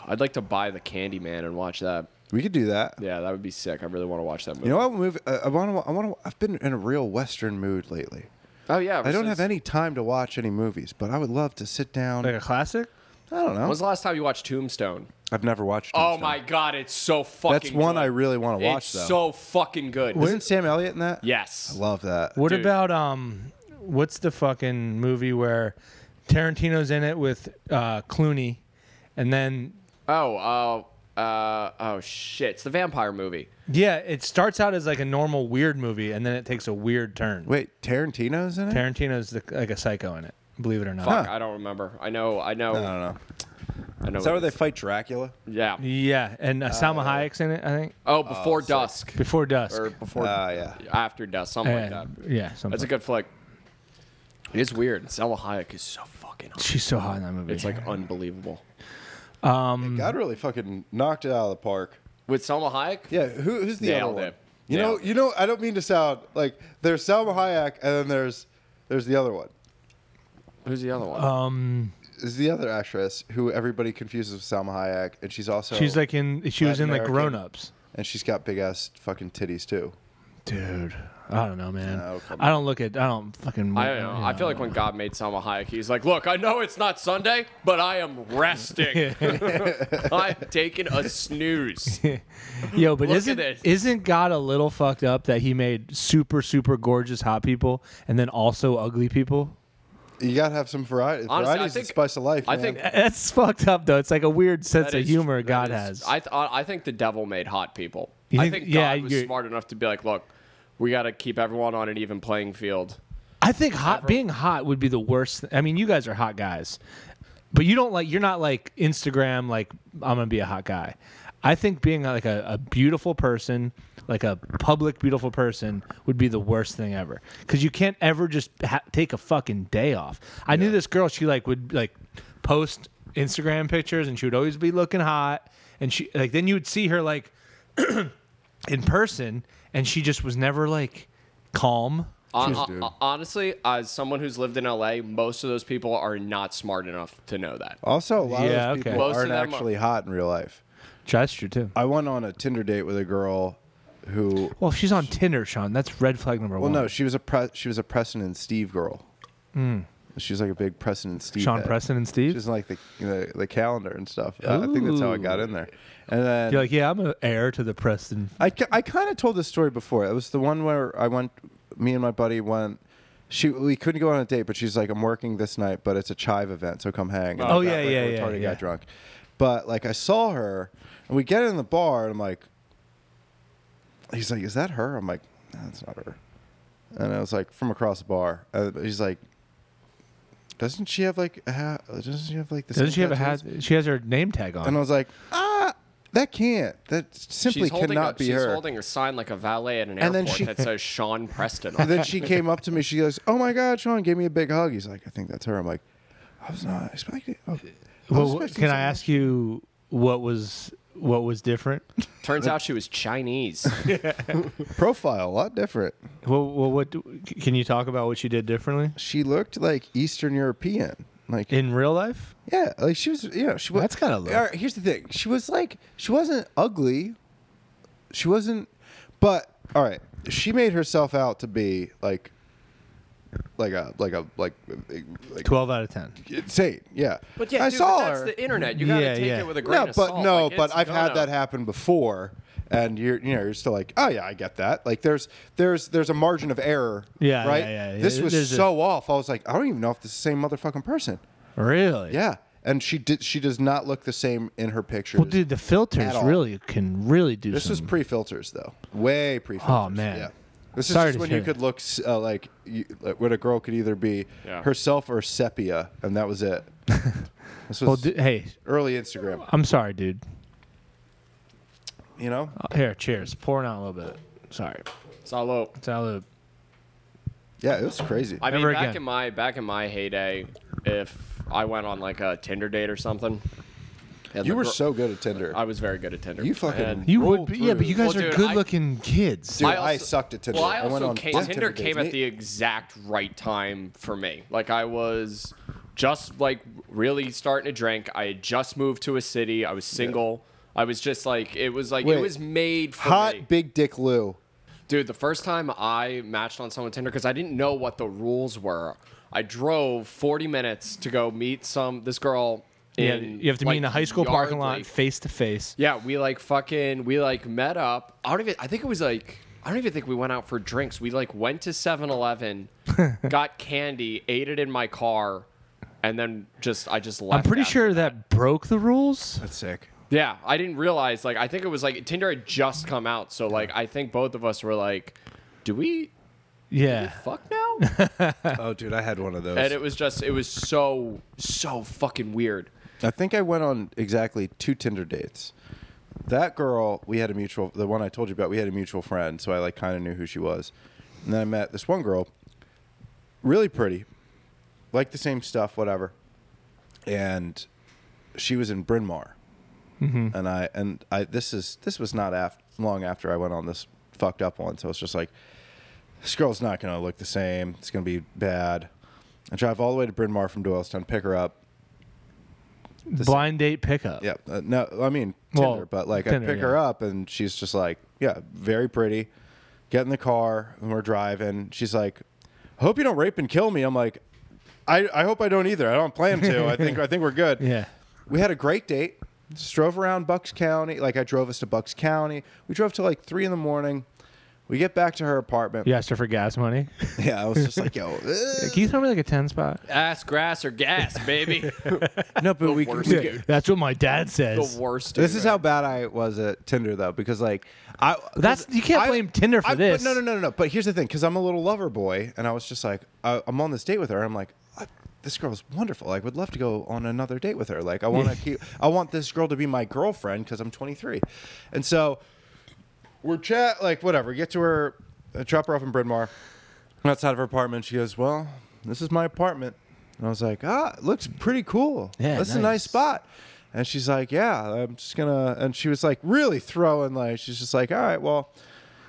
[SPEAKER 3] I'd like to buy the Candyman and watch that.
[SPEAKER 1] We could do that.
[SPEAKER 3] Yeah, that would be sick. I really want to watch that movie.
[SPEAKER 1] You know what movie? uh, I want to. I want to. I've been in a real Western mood lately.
[SPEAKER 3] Oh yeah.
[SPEAKER 1] I
[SPEAKER 3] ever
[SPEAKER 1] don't have
[SPEAKER 3] since-
[SPEAKER 1] any time to watch any movies, but I would love to sit down.
[SPEAKER 2] Like a classic?
[SPEAKER 1] I don't know.
[SPEAKER 3] When's the last time you watched Tombstone?
[SPEAKER 1] I've never watched.
[SPEAKER 3] Oh
[SPEAKER 1] Tombstone.
[SPEAKER 3] my god, it's so fucking.
[SPEAKER 1] That's one
[SPEAKER 3] good.
[SPEAKER 1] I really want to watch
[SPEAKER 3] It's
[SPEAKER 1] though.
[SPEAKER 3] so fucking good.
[SPEAKER 1] Wasn't Sam Elliott in that?
[SPEAKER 3] yes.
[SPEAKER 1] I love that.
[SPEAKER 2] What
[SPEAKER 3] Dude.
[SPEAKER 2] about um what's the fucking movie where Tarantino's in it with uh Clooney and then
[SPEAKER 3] Oh, uh, uh, oh shit! It's the vampire movie.
[SPEAKER 2] yeah, it starts out as like a normal weird movie and then it takes a weird turn.
[SPEAKER 1] Wait, Tarantino's in it?
[SPEAKER 2] Tarantino's the, like a psycho in it, believe it or not.
[SPEAKER 3] Fuck, I don't remember. I know, I know,
[SPEAKER 1] I don't know.
[SPEAKER 3] I know.
[SPEAKER 1] Is that where
[SPEAKER 3] what
[SPEAKER 1] they
[SPEAKER 3] it
[SPEAKER 1] fight Dracula?
[SPEAKER 3] is. Yeah.
[SPEAKER 2] Yeah, and uh, Salma Hayek's in it, I think.
[SPEAKER 3] Oh, before dusk
[SPEAKER 2] Before dusk.
[SPEAKER 3] or before
[SPEAKER 1] Ah, yeah.
[SPEAKER 3] after dusk, something like
[SPEAKER 2] Uh,
[SPEAKER 3] that.
[SPEAKER 2] yeah, something.
[SPEAKER 3] That's a good flick. It is weird. Selma Hayek is so fucking. hot.
[SPEAKER 2] She's so hot in that movie.
[SPEAKER 3] It's like unbelievable.
[SPEAKER 1] God really fucking knocked it out of the park.
[SPEAKER 3] With Selma Hayek,
[SPEAKER 1] Yeah, who, who's the
[SPEAKER 3] Nailed
[SPEAKER 1] other one?
[SPEAKER 3] it.
[SPEAKER 1] You know,
[SPEAKER 3] Nailed it.
[SPEAKER 1] you know. I don't mean to sound like there's Salma Hayek, and then there's there's the other one.
[SPEAKER 3] who's the other one?
[SPEAKER 1] is the other actress who everybody confuses with Salma Hayek, and she's also
[SPEAKER 2] She's like in. She was
[SPEAKER 1] Latin
[SPEAKER 2] in like
[SPEAKER 1] American.
[SPEAKER 2] Grown Ups.
[SPEAKER 1] and she's got big ass fucking titties too.
[SPEAKER 2] dude. I don't know, man.
[SPEAKER 1] No, come
[SPEAKER 2] I don't look at. I don't fucking.
[SPEAKER 3] Oh, I don't know. I feel like when God made Salma Hayek, he's like, "Look, I know it's not Sunday, but I am resting. I'm taking a snooze."
[SPEAKER 2] Yo, but
[SPEAKER 3] Look at
[SPEAKER 2] isn't
[SPEAKER 3] this.
[SPEAKER 2] isn't God a little fucked up that He made super super gorgeous hot people and then also ugly people?
[SPEAKER 1] You gotta have some variety.
[SPEAKER 3] Honestly, I
[SPEAKER 1] Variety's
[SPEAKER 3] think-
[SPEAKER 1] the spice of life.
[SPEAKER 3] I
[SPEAKER 1] man.
[SPEAKER 3] think
[SPEAKER 2] That's fucked up though. It's like a weird sense
[SPEAKER 3] That
[SPEAKER 2] of
[SPEAKER 3] is-
[SPEAKER 2] humor
[SPEAKER 3] that
[SPEAKER 2] God
[SPEAKER 3] is-
[SPEAKER 2] has.
[SPEAKER 3] I th- I I think the devil made hot people.
[SPEAKER 2] You
[SPEAKER 3] I
[SPEAKER 2] think-
[SPEAKER 3] think
[SPEAKER 2] yeah,
[SPEAKER 3] God was
[SPEAKER 2] you're-
[SPEAKER 3] smart enough to be like, "Look, we got to keep everyone on an even playing field."
[SPEAKER 2] I think hot being hot would be the worst. I mean, you guys are hot guys, but you don't like you're not like Instagram like I'm gonna be a hot guy. I think being like a, a beautiful person, like a public beautiful person, would be the worst thing ever. Because you can't ever just ha- take a fucking day off. I knew this girl. She like would like post Instagram pictures, and she would always be looking hot. And she like then you would see her like in person, and she just was never like calm.
[SPEAKER 3] Hon-
[SPEAKER 1] Jeez, dude.
[SPEAKER 3] hon- honestly, as someone who's lived in LA, most of those people are not smart enough to know that.
[SPEAKER 1] Also, a lot
[SPEAKER 2] Yeah,
[SPEAKER 1] of
[SPEAKER 2] okay.
[SPEAKER 1] those people
[SPEAKER 3] Most of
[SPEAKER 1] aren't
[SPEAKER 3] them are-
[SPEAKER 1] actually hot in real life.
[SPEAKER 2] That's true too.
[SPEAKER 1] I went on a Tinder date with a girl who.
[SPEAKER 2] Well, if she's on Tinder, Sean, that's red flag number
[SPEAKER 1] Well,
[SPEAKER 2] one.
[SPEAKER 1] no, she was a pre- she was a Preston and Steve girl. She was like a big Preston and Steve.
[SPEAKER 2] Hmm. Sean
[SPEAKER 1] head.
[SPEAKER 2] Preston and Steve.
[SPEAKER 1] She's in, like the, the the calendar and stuff. I I think that's how I got in there. And then
[SPEAKER 2] You're like, yeah, I'm an heir to the Preston.
[SPEAKER 1] I, ki- I kind of told this story before. It was the one where I went, me and my buddy went. She we couldn't go on a date, but she's like, I'm working this night, but it's a chive event, so come hang. And
[SPEAKER 2] Oh,
[SPEAKER 1] I got, like,
[SPEAKER 2] yeah, yeah,
[SPEAKER 1] a
[SPEAKER 2] yeah,
[SPEAKER 1] Retarded
[SPEAKER 2] yeah.
[SPEAKER 1] guy drunk, but like I saw her, and we get in the bar, and I'm like, he's like, is that her? I'm like, no, that's not her. And I was like, from across the bar. Uh, he's like, doesn't she have like a hat? Doesn't she have like the?
[SPEAKER 2] Doesn't
[SPEAKER 1] same
[SPEAKER 2] she have a
[SPEAKER 1] tattoos?"
[SPEAKER 2] hat? She has her name tag on.
[SPEAKER 1] And I was like, ah, that can't. That simply
[SPEAKER 3] she's holding
[SPEAKER 1] cannot
[SPEAKER 3] a,
[SPEAKER 1] be
[SPEAKER 3] she's
[SPEAKER 1] her.
[SPEAKER 3] holding a sign like a valet at an
[SPEAKER 1] And then
[SPEAKER 3] airport
[SPEAKER 1] she-
[SPEAKER 3] that says Sean Preston. On
[SPEAKER 1] And
[SPEAKER 3] it.
[SPEAKER 1] then she came up to me. She goes, "Oh my God, Sean gave me a big hug." He's like, "I think that's her." I'm like, "I was not expecting." I was
[SPEAKER 2] well,
[SPEAKER 1] expecting
[SPEAKER 2] can I
[SPEAKER 1] someone-
[SPEAKER 2] ask you what was what was different?
[SPEAKER 3] Turns out she was Chinese.
[SPEAKER 1] Profile a lot different.
[SPEAKER 2] well, well, what do- can you talk about? What she did differently
[SPEAKER 1] She looked like Eastern European. Like
[SPEAKER 2] in real life?
[SPEAKER 1] yeah, like she was. You know, she was.
[SPEAKER 2] That's kinda low.
[SPEAKER 1] All right, here's the thing. She was like, she wasn't ugly. She wasn't, but all right. She made herself out to be like, like a like a like, like
[SPEAKER 2] Twelve out of ten.
[SPEAKER 1] insane. Yeah,
[SPEAKER 3] But yeah,
[SPEAKER 1] I
[SPEAKER 3] dude,
[SPEAKER 1] saw
[SPEAKER 3] but that's
[SPEAKER 1] her.
[SPEAKER 3] the internet. You gotta
[SPEAKER 2] Yeah,
[SPEAKER 3] take
[SPEAKER 2] yeah.
[SPEAKER 3] it with a grain
[SPEAKER 1] No,
[SPEAKER 3] of
[SPEAKER 1] but
[SPEAKER 3] salt.
[SPEAKER 1] no,
[SPEAKER 3] Like,
[SPEAKER 1] but
[SPEAKER 3] it's
[SPEAKER 1] I've had
[SPEAKER 3] gonna-
[SPEAKER 1] that happen before, and you're you know you're still like, oh yeah, I get that. Like there's there's there's a margin of error.
[SPEAKER 2] Yeah,
[SPEAKER 1] right.
[SPEAKER 2] yeah, yeah,
[SPEAKER 1] This
[SPEAKER 2] yeah,
[SPEAKER 1] was
[SPEAKER 2] there's a-
[SPEAKER 1] so off. I was like, I don't even know if this is the same motherfucking person.
[SPEAKER 2] Really?
[SPEAKER 1] Yeah, and she did. She does not look the same in her pictures.
[SPEAKER 2] Well, dude, the filters
[SPEAKER 1] At all.
[SPEAKER 2] really can really do.
[SPEAKER 1] this is
[SPEAKER 2] some-
[SPEAKER 1] pre-filters though, way pre-filters.
[SPEAKER 2] Oh, man.
[SPEAKER 1] Yeah. This
[SPEAKER 2] Sorry
[SPEAKER 1] is
[SPEAKER 2] to
[SPEAKER 1] just when
[SPEAKER 2] hear
[SPEAKER 1] you could look s- uh, like, you, like what a girl could either be
[SPEAKER 3] Yeah.
[SPEAKER 1] herself or sepia, and that was it. this was
[SPEAKER 2] well, d- hey,
[SPEAKER 1] early Instagram.
[SPEAKER 2] I'm sorry, dude.
[SPEAKER 1] You know,
[SPEAKER 2] Here, cheers. Pouring out a little bit. Sorry.
[SPEAKER 3] Salute.
[SPEAKER 2] Salute.
[SPEAKER 1] yeah, it was crazy.
[SPEAKER 3] I mean,
[SPEAKER 2] Never
[SPEAKER 3] back
[SPEAKER 2] again.
[SPEAKER 3] in my back in my heyday, if I went on like a Tinder date or something, and
[SPEAKER 1] you
[SPEAKER 3] the
[SPEAKER 1] were
[SPEAKER 3] gir-
[SPEAKER 1] so good at Tinder.
[SPEAKER 3] I was very good at Tinder.
[SPEAKER 1] You fucking-
[SPEAKER 3] And-
[SPEAKER 2] You
[SPEAKER 1] Roll
[SPEAKER 2] would, be, yeah, but
[SPEAKER 1] through.
[SPEAKER 2] you guys
[SPEAKER 3] Well,
[SPEAKER 2] are
[SPEAKER 3] dude, I-
[SPEAKER 2] good-looking kids.
[SPEAKER 1] Dude, I sucked at Tinder.
[SPEAKER 3] Well, I
[SPEAKER 1] I went
[SPEAKER 3] also
[SPEAKER 1] on
[SPEAKER 3] came,
[SPEAKER 1] five Tinder
[SPEAKER 3] Tinder
[SPEAKER 1] dates.
[SPEAKER 3] came at
[SPEAKER 1] Me-
[SPEAKER 3] the exact right time for me. Like I was just like really starting to drink. I had just moved to a city. I was single. I was just like it was like
[SPEAKER 1] Wait.
[SPEAKER 3] it was made for
[SPEAKER 1] Hot
[SPEAKER 3] me.
[SPEAKER 1] Big Dick Lou.
[SPEAKER 3] Dude, the first time I matched on someone Tinder because I didn't know what the rules were. I drove 40 minutes to go meet some this girl.
[SPEAKER 2] Yeah,
[SPEAKER 3] in,
[SPEAKER 2] you have to meet
[SPEAKER 3] like,
[SPEAKER 2] in a high school parking lot,
[SPEAKER 3] Yardley.
[SPEAKER 2] face to face.
[SPEAKER 3] Yeah, we like fucking we like met up. I don't even I think it was like I don't even think we went out for drinks. We like went to 7-Eleven, got candy, ate it in my car, and then just I just
[SPEAKER 2] I'm
[SPEAKER 3] left.
[SPEAKER 2] pretty
[SPEAKER 3] after
[SPEAKER 2] sure that broke the rules.
[SPEAKER 1] That's sick.
[SPEAKER 3] yeah, I didn't realize. Like, I think it was like Tinder had just come out, so like I think both of us were like, "Do we
[SPEAKER 2] Yeah.
[SPEAKER 3] fuck now?"
[SPEAKER 1] oh, dude, I had one of those.
[SPEAKER 3] and it was just, it was so, so fucking weird.
[SPEAKER 1] I think I went on exactly two Tinder dates. That girl, we had a mutual. The one I told you about, we had a mutual friend, so I like kind of knew who she was. And then I met this one girl, really pretty, like the same stuff, whatever. And she was in Bryn Mawr, and I and I. This is this was not af- long after I went on this fucked up one, so it's just like this girl's not gonna look the same. It's gonna be bad. I drive all the way to Bryn Mawr from Doylestown, pick her up.
[SPEAKER 2] Blind date pickup.
[SPEAKER 1] Yeah. Uh, no, I mean
[SPEAKER 2] Well,
[SPEAKER 1] Tinder, but like
[SPEAKER 2] Tinder,
[SPEAKER 1] I pick
[SPEAKER 2] yeah.
[SPEAKER 1] her up and she's just like, yeah, very pretty, Get in the car and we're driving. She's like, I hope you don't rape and kill me. I'm like, I, I hope I don't either. I don't plan to. I think I think we're good.
[SPEAKER 2] Yeah.
[SPEAKER 1] We had a great date. Drove around Bucks County. Like I drove us to Bucks County. We drove till like three in the morning. We get back to her apartment.
[SPEAKER 2] You asked her for gas money.
[SPEAKER 1] Yeah, I was just like, yo. eh.
[SPEAKER 2] Can you throw me like a ten spot?
[SPEAKER 3] Ass, grass, or gas, baby.
[SPEAKER 1] No, but we,
[SPEAKER 3] worst
[SPEAKER 1] we
[SPEAKER 3] dude.
[SPEAKER 2] That's what my dad
[SPEAKER 3] the
[SPEAKER 2] says.
[SPEAKER 3] worst.
[SPEAKER 1] This
[SPEAKER 3] dude.
[SPEAKER 1] is how bad I was at Tinder though, because like I
[SPEAKER 2] That's- you can't blame Tinder for
[SPEAKER 1] I- but
[SPEAKER 2] this.
[SPEAKER 1] No, no, no, no, no. But here's the thing, because I'm a little lover boy, and I was just like, I, I'm on this date with her, and I'm like, I, this girl's wonderful. I would love to go on another date with her. Like, I want to keep, I want this girl to be my girlfriend because I'm 23, and so we're chat like whatever. Get to her, I drop her off in Bryn Mawr. I'm outside of her apartment, she goes, "Well, this is my apartment." And I was like, "Ah, it looks pretty cool.
[SPEAKER 2] Yeah,
[SPEAKER 1] that's a nice
[SPEAKER 2] nice.
[SPEAKER 1] spot." And she's like, "Yeah, I'm just gonna." And she was like, really throwing like she's just like, "All right, well,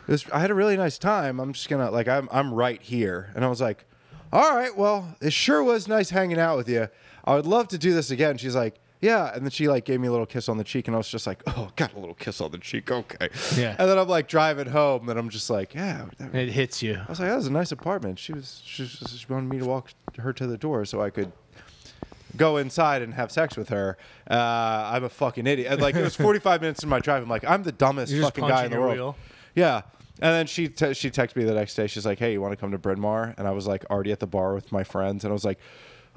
[SPEAKER 1] it was, I had a really nice time. I'm just gonna like I'm I'm right here." And I was like, "All right, well, it sure was nice hanging out with you. I would love to do this again." She's like. Yeah, and then she like gave me a little kiss on the cheek, and I was just like, "Oh, got a little kiss on the cheek, okay."
[SPEAKER 2] Yeah.
[SPEAKER 1] And then I'm like driving home, and I'm just like, "Yeah, that-
[SPEAKER 2] It hits you.
[SPEAKER 1] I was like, that was a nice apartment. She was she, was- she wanted me to walk her to the door so I could go inside and have sex with her. Uh, I'm a fucking idiot. And, like it was 45 minutes in my drive. I'm like, I'm the dumbest
[SPEAKER 2] You're just
[SPEAKER 1] fucking guy in
[SPEAKER 2] punching
[SPEAKER 1] the
[SPEAKER 2] your
[SPEAKER 1] world.
[SPEAKER 2] wheel.
[SPEAKER 1] Yeah. And then she te- she texted me the next day. She's like, "Hey, you want to come to Bryn Mawr?" And I was like, already at the bar with my friends, and I was like,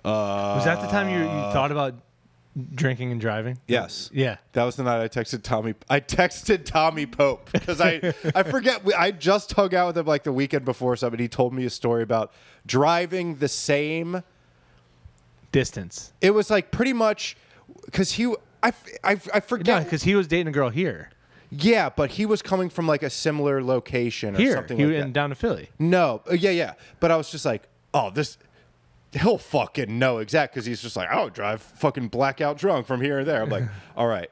[SPEAKER 1] uh,
[SPEAKER 2] Was that the time you, you thought about drinking and driving?
[SPEAKER 1] Yes.
[SPEAKER 2] Yeah.
[SPEAKER 1] That was the night I texted Tommy. I texted Tommy Pope because I I forget. we- I just hung out with him like the weekend before something. He told me a story about driving the same.
[SPEAKER 2] Distance.
[SPEAKER 1] It was like pretty much because he. I, f- I f- I
[SPEAKER 2] Yeah,
[SPEAKER 1] forget.
[SPEAKER 2] because he was dating a girl here.
[SPEAKER 1] yeah, but he was coming from like a similar location or
[SPEAKER 2] Here.
[SPEAKER 1] something
[SPEAKER 2] He
[SPEAKER 1] like
[SPEAKER 2] was
[SPEAKER 1] that.
[SPEAKER 2] in down to Philly.
[SPEAKER 1] No, Uh, yeah, yeah. But I was just like, oh, this. He'll fucking know exact because he's just like, I'll drive fucking blackout drunk from here and there. I'm like, all right,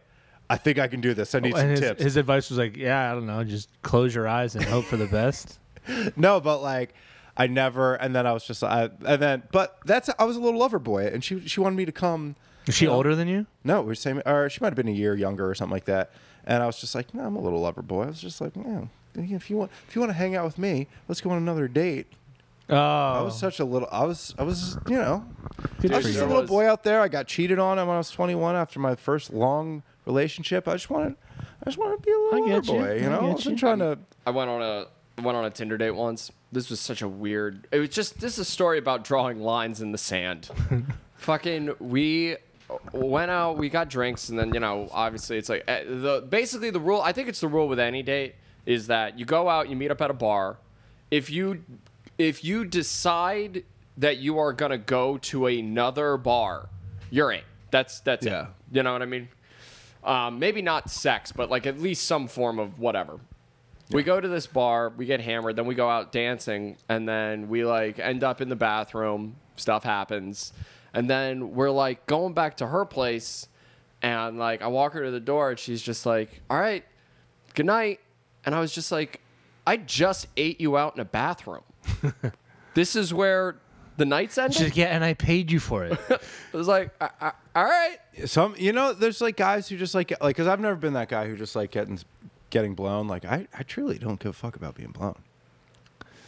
[SPEAKER 1] I think I can do this. I need some
[SPEAKER 2] Oh, And his,
[SPEAKER 1] tips.
[SPEAKER 2] his advice was like, yeah, I don't know, just close your eyes and hope for the best.
[SPEAKER 1] No, but like I never. And then I was just, I, and then, but that's I was a little lover boy, and she she wanted me to come.
[SPEAKER 2] Is she older than you?
[SPEAKER 1] No, we were same, or she might have been a year younger or something like that. And I was just like, no, I'm a little lover boy. I was just like, no, if you want, if you want to hang out with me, let's go on another date.
[SPEAKER 2] Oh,
[SPEAKER 1] I was such a little. I was, I was, you know,
[SPEAKER 2] Oh, good
[SPEAKER 1] I was
[SPEAKER 2] for
[SPEAKER 1] just
[SPEAKER 2] you.
[SPEAKER 1] a little
[SPEAKER 3] was-
[SPEAKER 1] boy out there. I got cheated on when I was 21 after my first long relationship. I just wanted, I just wanted to be a
[SPEAKER 2] I
[SPEAKER 1] little
[SPEAKER 2] get
[SPEAKER 1] lover
[SPEAKER 2] you.
[SPEAKER 1] boy. You
[SPEAKER 2] I
[SPEAKER 1] know, I,
[SPEAKER 2] get
[SPEAKER 1] wasn't
[SPEAKER 2] you.
[SPEAKER 1] trying to.
[SPEAKER 3] I went on a I went on a Tinder date once. This was such a weird. It was just this is a story about drawing lines in the sand. Fucking we went out, we got drinks, and then you know obviously it's like eh, the basically the rule. I think it's the rule with any date is that you go out, you meet up at a bar. If you if you decide that you are gonna go to another bar, you're in. That's that's
[SPEAKER 1] Yeah.
[SPEAKER 3] it. You know what I mean? Um, maybe not sex, but like at least some form of whatever. We go to this bar, we get hammered, then we go out dancing, and then we like end up in the bathroom. Stuff happens, and then we're like going back to her place, and like I walk her to the door, and she's just like, "All right, good night," and I was just like, "I just ate you out in a bathroom. this is where the night's
[SPEAKER 2] She's
[SPEAKER 3] ended."
[SPEAKER 2] like, yeah, and I paid you for it.
[SPEAKER 3] I was like, "I- I- "All right."
[SPEAKER 1] some you know there's like guys who just like like because i've never been that guy who just like getting getting blown like i, I truly don't give a fuck about being blown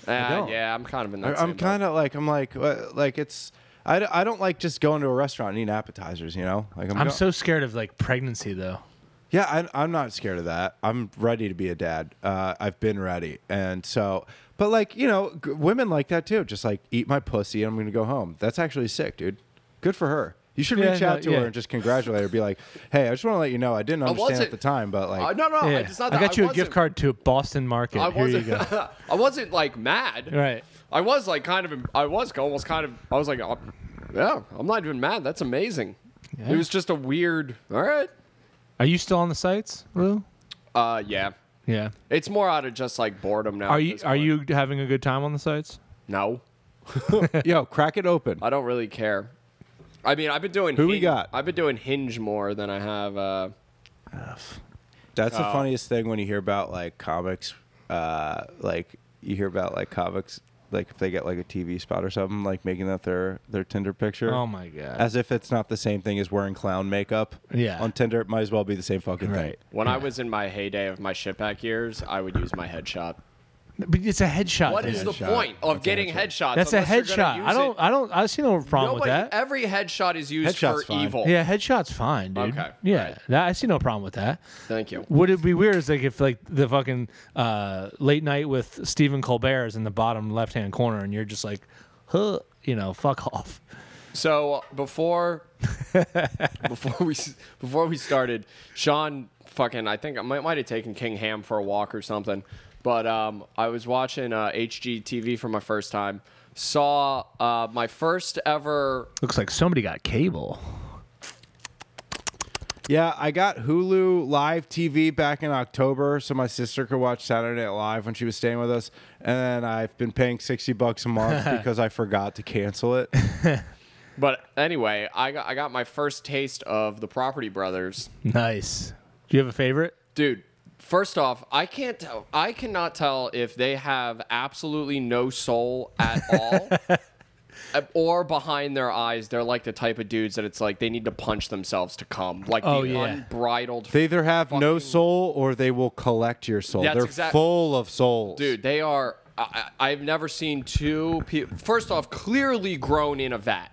[SPEAKER 3] Uh,
[SPEAKER 1] don't.
[SPEAKER 3] yeah, I'm kind of in
[SPEAKER 1] I,
[SPEAKER 3] that.
[SPEAKER 1] i'm kind of like i'm like uh, like it's I, d- I don't like just going to a restaurant and eating appetizers you know like i'm,
[SPEAKER 2] I'm
[SPEAKER 1] go-
[SPEAKER 2] so scared of like pregnancy though.
[SPEAKER 1] yeah I, i'm not scared of that i'm ready to be a dad uh, i've been ready and so but like you know g- women like that too just like eat my pussy and i'm gonna go home that's actually sick dude good for her you should
[SPEAKER 2] Yeah,
[SPEAKER 1] reach
[SPEAKER 2] no,
[SPEAKER 1] out to
[SPEAKER 2] yeah.
[SPEAKER 1] her and just congratulate her. Be like, "Hey, I just want to let you know I didn't understand at
[SPEAKER 3] wasn't-
[SPEAKER 1] the time, but like,
[SPEAKER 3] Uh, no, no,
[SPEAKER 2] yeah.
[SPEAKER 3] it's not
[SPEAKER 2] I
[SPEAKER 3] that.
[SPEAKER 2] got you a gift
[SPEAKER 3] wasn't-
[SPEAKER 2] card to Boston Market.
[SPEAKER 3] I
[SPEAKER 2] Here you
[SPEAKER 3] wasn't.
[SPEAKER 2] go.
[SPEAKER 3] I wasn't like mad.
[SPEAKER 2] Right.
[SPEAKER 3] I was like kind of. I was almost kind of. I was like, oh, yeah. I'm not even mad. That's amazing. It was just a weird. All right.
[SPEAKER 2] Are you still on the sites, Lou?
[SPEAKER 3] Uh, yeah.
[SPEAKER 2] Yeah.
[SPEAKER 3] It's more out of just like boredom now.
[SPEAKER 2] Are
[SPEAKER 3] at
[SPEAKER 2] you
[SPEAKER 3] this
[SPEAKER 2] are
[SPEAKER 3] point.
[SPEAKER 2] you having a good time on the sites?
[SPEAKER 3] No,
[SPEAKER 1] yo, crack it open.
[SPEAKER 3] I don't really care. I mean, I've been doing.
[SPEAKER 1] Who we
[SPEAKER 3] Hinge-
[SPEAKER 1] got?
[SPEAKER 3] I've been doing Hinge more than I have. Uh,
[SPEAKER 1] That's the
[SPEAKER 3] Oh.
[SPEAKER 1] funniest thing when you hear about like comics, uh, like you hear about like comics, like if they get like a TV spot or something, like making that their their Tinder picture.
[SPEAKER 2] Oh my god.
[SPEAKER 1] As if it's not the same thing as wearing clown makeup.
[SPEAKER 2] Yeah.
[SPEAKER 1] On Tinder, it might as well be the same fucking
[SPEAKER 2] right.
[SPEAKER 3] when I was in my heyday of my shitpack years, I would use my headshot.
[SPEAKER 2] But it's a headshot.
[SPEAKER 3] What
[SPEAKER 2] dude.
[SPEAKER 3] is the
[SPEAKER 1] Headshot.
[SPEAKER 3] point of
[SPEAKER 1] That's a
[SPEAKER 3] getting headshots?
[SPEAKER 2] That's a
[SPEAKER 3] unless you're gonna
[SPEAKER 2] headshot.
[SPEAKER 3] use
[SPEAKER 2] I don't.
[SPEAKER 3] it?
[SPEAKER 2] I don't. I see no problem
[SPEAKER 3] Nobody,
[SPEAKER 2] with that.
[SPEAKER 3] Every headshot is used
[SPEAKER 1] Headshot's
[SPEAKER 3] for
[SPEAKER 1] fine.
[SPEAKER 3] evil.
[SPEAKER 2] yeah, headshot's fine, dude.
[SPEAKER 3] Okay,
[SPEAKER 2] Yeah,
[SPEAKER 3] alright.
[SPEAKER 2] that, I see no problem with that.
[SPEAKER 3] Thank you.
[SPEAKER 2] Would it be weird is like if like the fucking uh, late night with Stephen Colbert is in the bottom left hand corner and you're just like, huh, you know, fuck off.
[SPEAKER 3] So before before we s- before we started, Sean fucking I think I might might have taken King Ham for a walk or something. But um, I was watching uh, HGTV for my first time. Saw uh, my first ever.
[SPEAKER 2] Looks like somebody got cable.
[SPEAKER 1] Yeah, I got Hulu live TV back in October, so my sister could watch Saturday Night Live when she was staying with us. And then I've been paying sixty bucks a month because I forgot to cancel it.
[SPEAKER 3] But anyway, I got I got my first taste of the Property Brothers.
[SPEAKER 2] Nice. Do you have a favorite?
[SPEAKER 3] dude first off i can't tell i cannot tell if they have absolutely no soul at all Uh, or behind their eyes they're like the type of dudes that it's like they need to punch themselves to come like
[SPEAKER 2] Oh,
[SPEAKER 3] the
[SPEAKER 2] yeah.
[SPEAKER 3] unbridled
[SPEAKER 1] They either have no
[SPEAKER 3] Fucking-
[SPEAKER 1] soul or they will collect your soul.
[SPEAKER 3] That's
[SPEAKER 1] They're
[SPEAKER 3] exact-
[SPEAKER 1] full of souls,
[SPEAKER 3] dude they are I, I- i've never seen two people first off clearly grown in a vat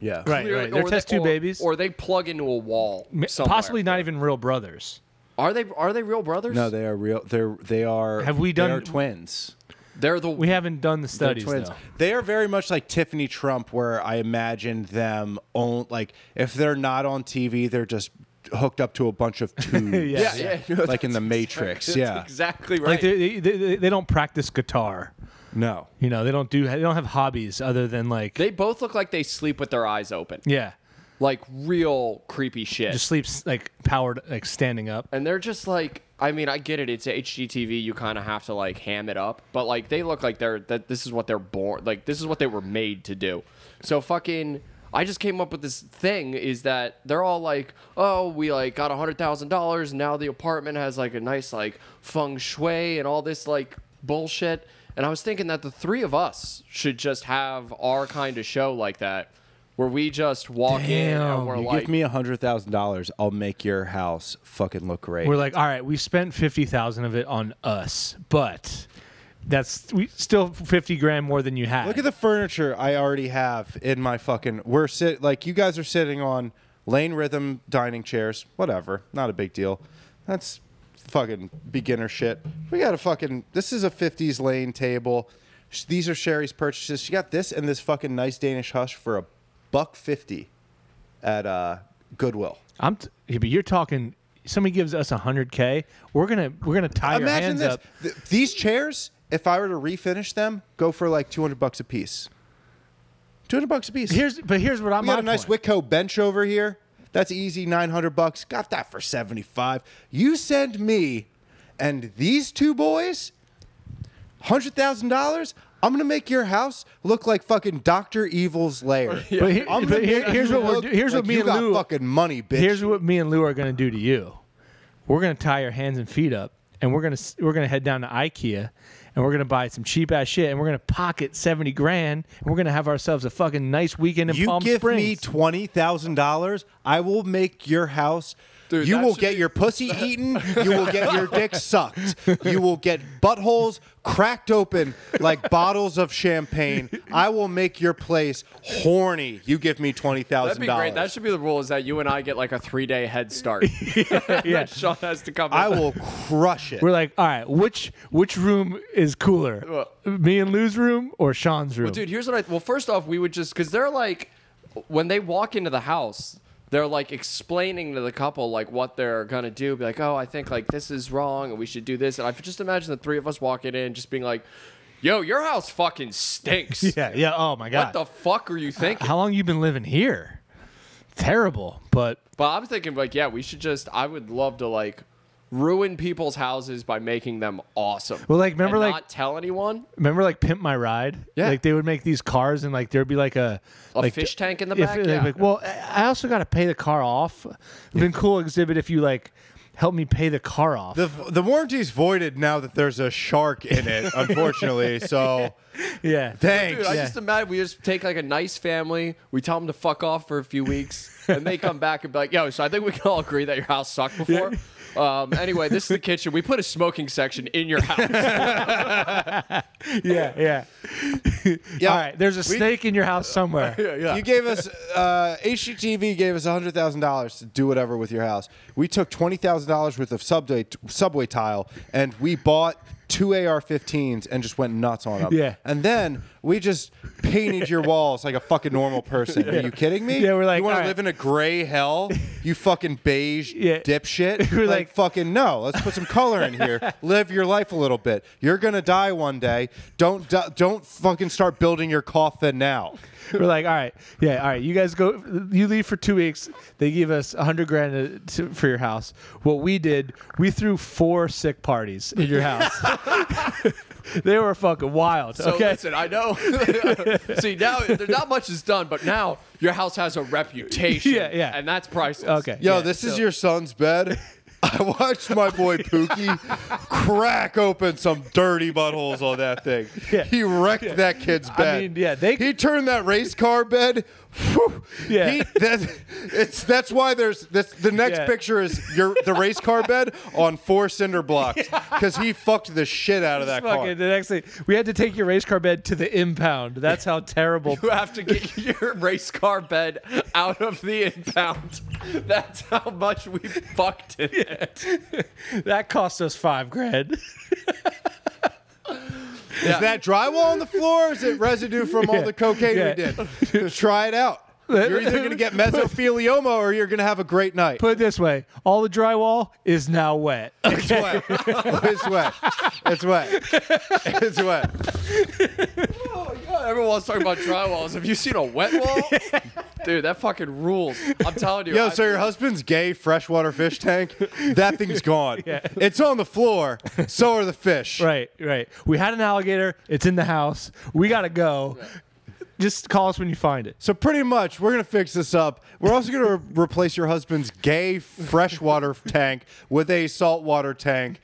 [SPEAKER 1] Yeah,
[SPEAKER 2] Right,
[SPEAKER 3] Clearly-
[SPEAKER 2] right. They're
[SPEAKER 3] or
[SPEAKER 2] test
[SPEAKER 3] they-
[SPEAKER 2] tube
[SPEAKER 3] or-
[SPEAKER 2] babies.
[SPEAKER 3] or they plug into a wall
[SPEAKER 2] Ma-
[SPEAKER 3] somewhere.
[SPEAKER 2] Possibly not even real brothers.
[SPEAKER 3] are they are they real brothers
[SPEAKER 1] No, they are real. They're they are.
[SPEAKER 2] Have we done-
[SPEAKER 1] They are twins.
[SPEAKER 3] they're the
[SPEAKER 2] We haven't done the
[SPEAKER 1] They're
[SPEAKER 2] studies
[SPEAKER 1] twins.
[SPEAKER 2] though.
[SPEAKER 1] They are very much like Tiffany Trump, where I imagined them on like if they're not on TV, they're just hooked up to a bunch of tubes.
[SPEAKER 2] Yeah,
[SPEAKER 3] yeah. yeah.
[SPEAKER 1] like in the Matrix.
[SPEAKER 3] That's
[SPEAKER 1] Yeah,
[SPEAKER 3] exactly right
[SPEAKER 2] Like they, they, they, they don't practice guitar.
[SPEAKER 1] no.
[SPEAKER 2] You know, they don't do. They don't have hobbies other than like.
[SPEAKER 3] They both look like they sleep with their eyes open.
[SPEAKER 2] yeah,
[SPEAKER 3] Like real creepy shit.
[SPEAKER 2] just sleeps like powered, like standing up.
[SPEAKER 3] and they're just like I mean, I get it. It's HGTV. You kind of have to like ham it up, but like they look like they're that. This is what they're born. Like this is what they were made to do. So fucking. I just came up with this thing is that they're all like, oh, we like got a hundred thousand dollars. Now the apartment has like a nice like feng shui and all this like bullshit. And I was thinking that the three of us should just have our kind of show like that, where we just walk in
[SPEAKER 2] Damn.
[SPEAKER 3] and we're
[SPEAKER 1] You
[SPEAKER 3] like,
[SPEAKER 1] give me a hundred thousand dollars, I'll make your house fucking look great.
[SPEAKER 2] We're like, all right, we spent fifty thousand of it on us, but that's we still fifty grand more than you had.
[SPEAKER 1] Look at the furniture I already have in my fucking. We're sit like you guys are sitting on lane rhythm dining chairs. Whatever, not a big deal. That's fucking beginner shit. We got a fucking. This is a '50s lane table. Sh- These are Sherry's purchases. She got this and this fucking nice Danish hush for a buck fifty at uh, Goodwill.
[SPEAKER 2] I'm, t- yeah, but you're talking. Somebody gives us hundred k, we're gonna we're gonna tie your
[SPEAKER 1] Imagine
[SPEAKER 2] hands
[SPEAKER 1] this.
[SPEAKER 2] up.
[SPEAKER 1] Th- these chairs, if I were to refinish them, go for like two hundred bucks a piece. Two hundred bucks a piece.
[SPEAKER 2] Here's but here's what I'm.
[SPEAKER 1] We got a nice
[SPEAKER 2] point.
[SPEAKER 1] Witco bench over here. That's easy, 900 bucks. Got that for 75. You send me and these two boys $100,000. I'm going to make your house look like fucking Dr. Evil's lair.
[SPEAKER 2] But, here-
[SPEAKER 1] I'm gonna
[SPEAKER 2] but
[SPEAKER 1] make
[SPEAKER 2] here- here's
[SPEAKER 1] you
[SPEAKER 2] what we're
[SPEAKER 1] look
[SPEAKER 2] do- here's
[SPEAKER 1] like
[SPEAKER 2] what me
[SPEAKER 1] you
[SPEAKER 2] and
[SPEAKER 1] got
[SPEAKER 2] Lou
[SPEAKER 1] fucking money, bitch.
[SPEAKER 2] here's what me and Lou are gonna do to you. We're gonna tie your hands and feet up, and we're gonna s- we're gonna head down to IKEA, and we're gonna buy some cheap ass shit, and we're gonna pocket seventy grand, and we're gonna have ourselves a fucking nice weekend in
[SPEAKER 1] you
[SPEAKER 2] Palm
[SPEAKER 1] give
[SPEAKER 2] Springs.
[SPEAKER 1] me twenty thousand dollars, I will make your house.
[SPEAKER 3] Dude,
[SPEAKER 1] you
[SPEAKER 3] that
[SPEAKER 1] will
[SPEAKER 3] should
[SPEAKER 1] get
[SPEAKER 3] be-
[SPEAKER 1] your pussy eaten. You will get your dick sucked. You will get buttholes cracked open like bottles of champagne. I will make your place horny. You give me twenty
[SPEAKER 3] That'd
[SPEAKER 1] thousand
[SPEAKER 3] be great. That
[SPEAKER 1] dollars.
[SPEAKER 3] should be the rule: is that you and I get like a three day head start. yeah, Sean has to come.
[SPEAKER 1] I
[SPEAKER 3] in.
[SPEAKER 1] will crush it.
[SPEAKER 2] we're like, all right, which which room is cooler, me and Lou's room or Sean's room?
[SPEAKER 3] dude. Here's what I. Well, first off, we would just because they're like, when they walk into the house, they're like explaining to the couple like what they're gonna do. Be like, oh, I think like this is wrong, and we should do this. And I could just imagine the three of us walking in, just being like, "Yo, your house fucking stinks.
[SPEAKER 2] yeah, yeah. Oh my
[SPEAKER 3] What
[SPEAKER 2] god,
[SPEAKER 3] the fuck are you thinking?"
[SPEAKER 2] how long you been living here? Terrible, but
[SPEAKER 3] But I'm thinking like, yeah, we should just. I would love to like ruin people's houses by making them awesome.
[SPEAKER 2] Well, like, remember,
[SPEAKER 3] and
[SPEAKER 2] like-
[SPEAKER 3] not tell anyone.
[SPEAKER 2] Remember, like Pimp My Ride?
[SPEAKER 3] Yeah.
[SPEAKER 2] Like they would make these cars, and like there'd be like a
[SPEAKER 3] A
[SPEAKER 2] like,
[SPEAKER 3] fish tank in the
[SPEAKER 2] if-
[SPEAKER 3] back?
[SPEAKER 2] like,
[SPEAKER 3] Yeah.
[SPEAKER 2] like, well, I I also got to pay the car off. It'd been cool exhibit if you like help me pay the car off.
[SPEAKER 1] the the warranty's voided now that there's a shark in it, unfortunately. So
[SPEAKER 2] yeah.
[SPEAKER 1] thanks.
[SPEAKER 3] Dude, I just imagine we just take like a nice family, we tell them to fuck off for a few weeks, and they come back and be like, "Yo, so I think we can all agree that your house sucked before. Um, anyway, this is the kitchen. We put a smoking section in your house.
[SPEAKER 2] yeah, yeah. All right, there's a
[SPEAKER 1] we-
[SPEAKER 2] snake in your house somewhere.
[SPEAKER 1] You gave us uh, HGTV gave us hundred thousand dollars to do whatever with your house. We took twenty thousand dollars worth of subway subway tile, and we bought two AR-15s and just went nuts on them.
[SPEAKER 2] Yeah.
[SPEAKER 1] And then we just painted your walls like a fucking normal person. Are you kidding me?
[SPEAKER 2] Yeah, we're like,
[SPEAKER 1] you want
[SPEAKER 2] all
[SPEAKER 1] to
[SPEAKER 2] right.
[SPEAKER 1] live in a gray hell? You fucking beige
[SPEAKER 2] Yeah.
[SPEAKER 1] dipshit.
[SPEAKER 2] We're
[SPEAKER 1] like,
[SPEAKER 2] like-
[SPEAKER 1] fucking no. Let's put some color in here. Live your life a little bit. You're gonna die one day. Don't di- don't fucking start building your coffin now.
[SPEAKER 2] We're like, all right, yeah, all right. You guys go. You leave for two weeks. They give us a hundred grand to, to, for your house. What we did, we threw four sick parties in your house. they were fucking wild.
[SPEAKER 3] So
[SPEAKER 2] okay,
[SPEAKER 3] listen, I know. See now, there not much is done, but now your house has a reputation.
[SPEAKER 2] Yeah, yeah.
[SPEAKER 3] and that's priceless.
[SPEAKER 2] okay.
[SPEAKER 1] Yo,
[SPEAKER 2] yeah.
[SPEAKER 1] this is your son's bed. I watched my boy Pookie crack open some dirty buttholes on that thing.
[SPEAKER 2] Yeah.
[SPEAKER 1] He wrecked that kid's bed.
[SPEAKER 2] mean, yeah, they-
[SPEAKER 1] he turned that race car bed. whew,
[SPEAKER 2] Yeah.
[SPEAKER 1] he- that- it's that's why there's this. The next
[SPEAKER 2] Yeah.
[SPEAKER 1] picture is your the race car bed on four cinder blocks because he fucked the shit out of that car.
[SPEAKER 2] fucking the next thing. We had to take your race car bed to the impound. That's how terrible.
[SPEAKER 3] You have to get your race car bed out of the impound. That's how much we fucked it.
[SPEAKER 2] that cost us five grand.
[SPEAKER 1] Is that drywall on the floor? Or is it residue from all the cocaine
[SPEAKER 2] Yeah.
[SPEAKER 1] we did? Try it out. You're either gonna get mesothelioma or you're gonna have a great night.
[SPEAKER 2] Put it this way: all the drywall is now wet.
[SPEAKER 1] It's wet. It's wet. It's wet. It's wet.
[SPEAKER 3] Oh my god, everyone's talking about drywalls. Have you seen a wet wall? Dude, that fucking rules. I'm telling you.
[SPEAKER 1] Yo,
[SPEAKER 3] I-
[SPEAKER 1] so your husband's gay freshwater fish tank? That thing's gone. It's on the floor. So are the fish.
[SPEAKER 2] Right, right. We had an alligator. It's in the house. We gotta go. Just call us when you find it.
[SPEAKER 1] So pretty much, we're gonna fix this up. We're also gonna re- replace your husband's gay freshwater tank with a saltwater tank.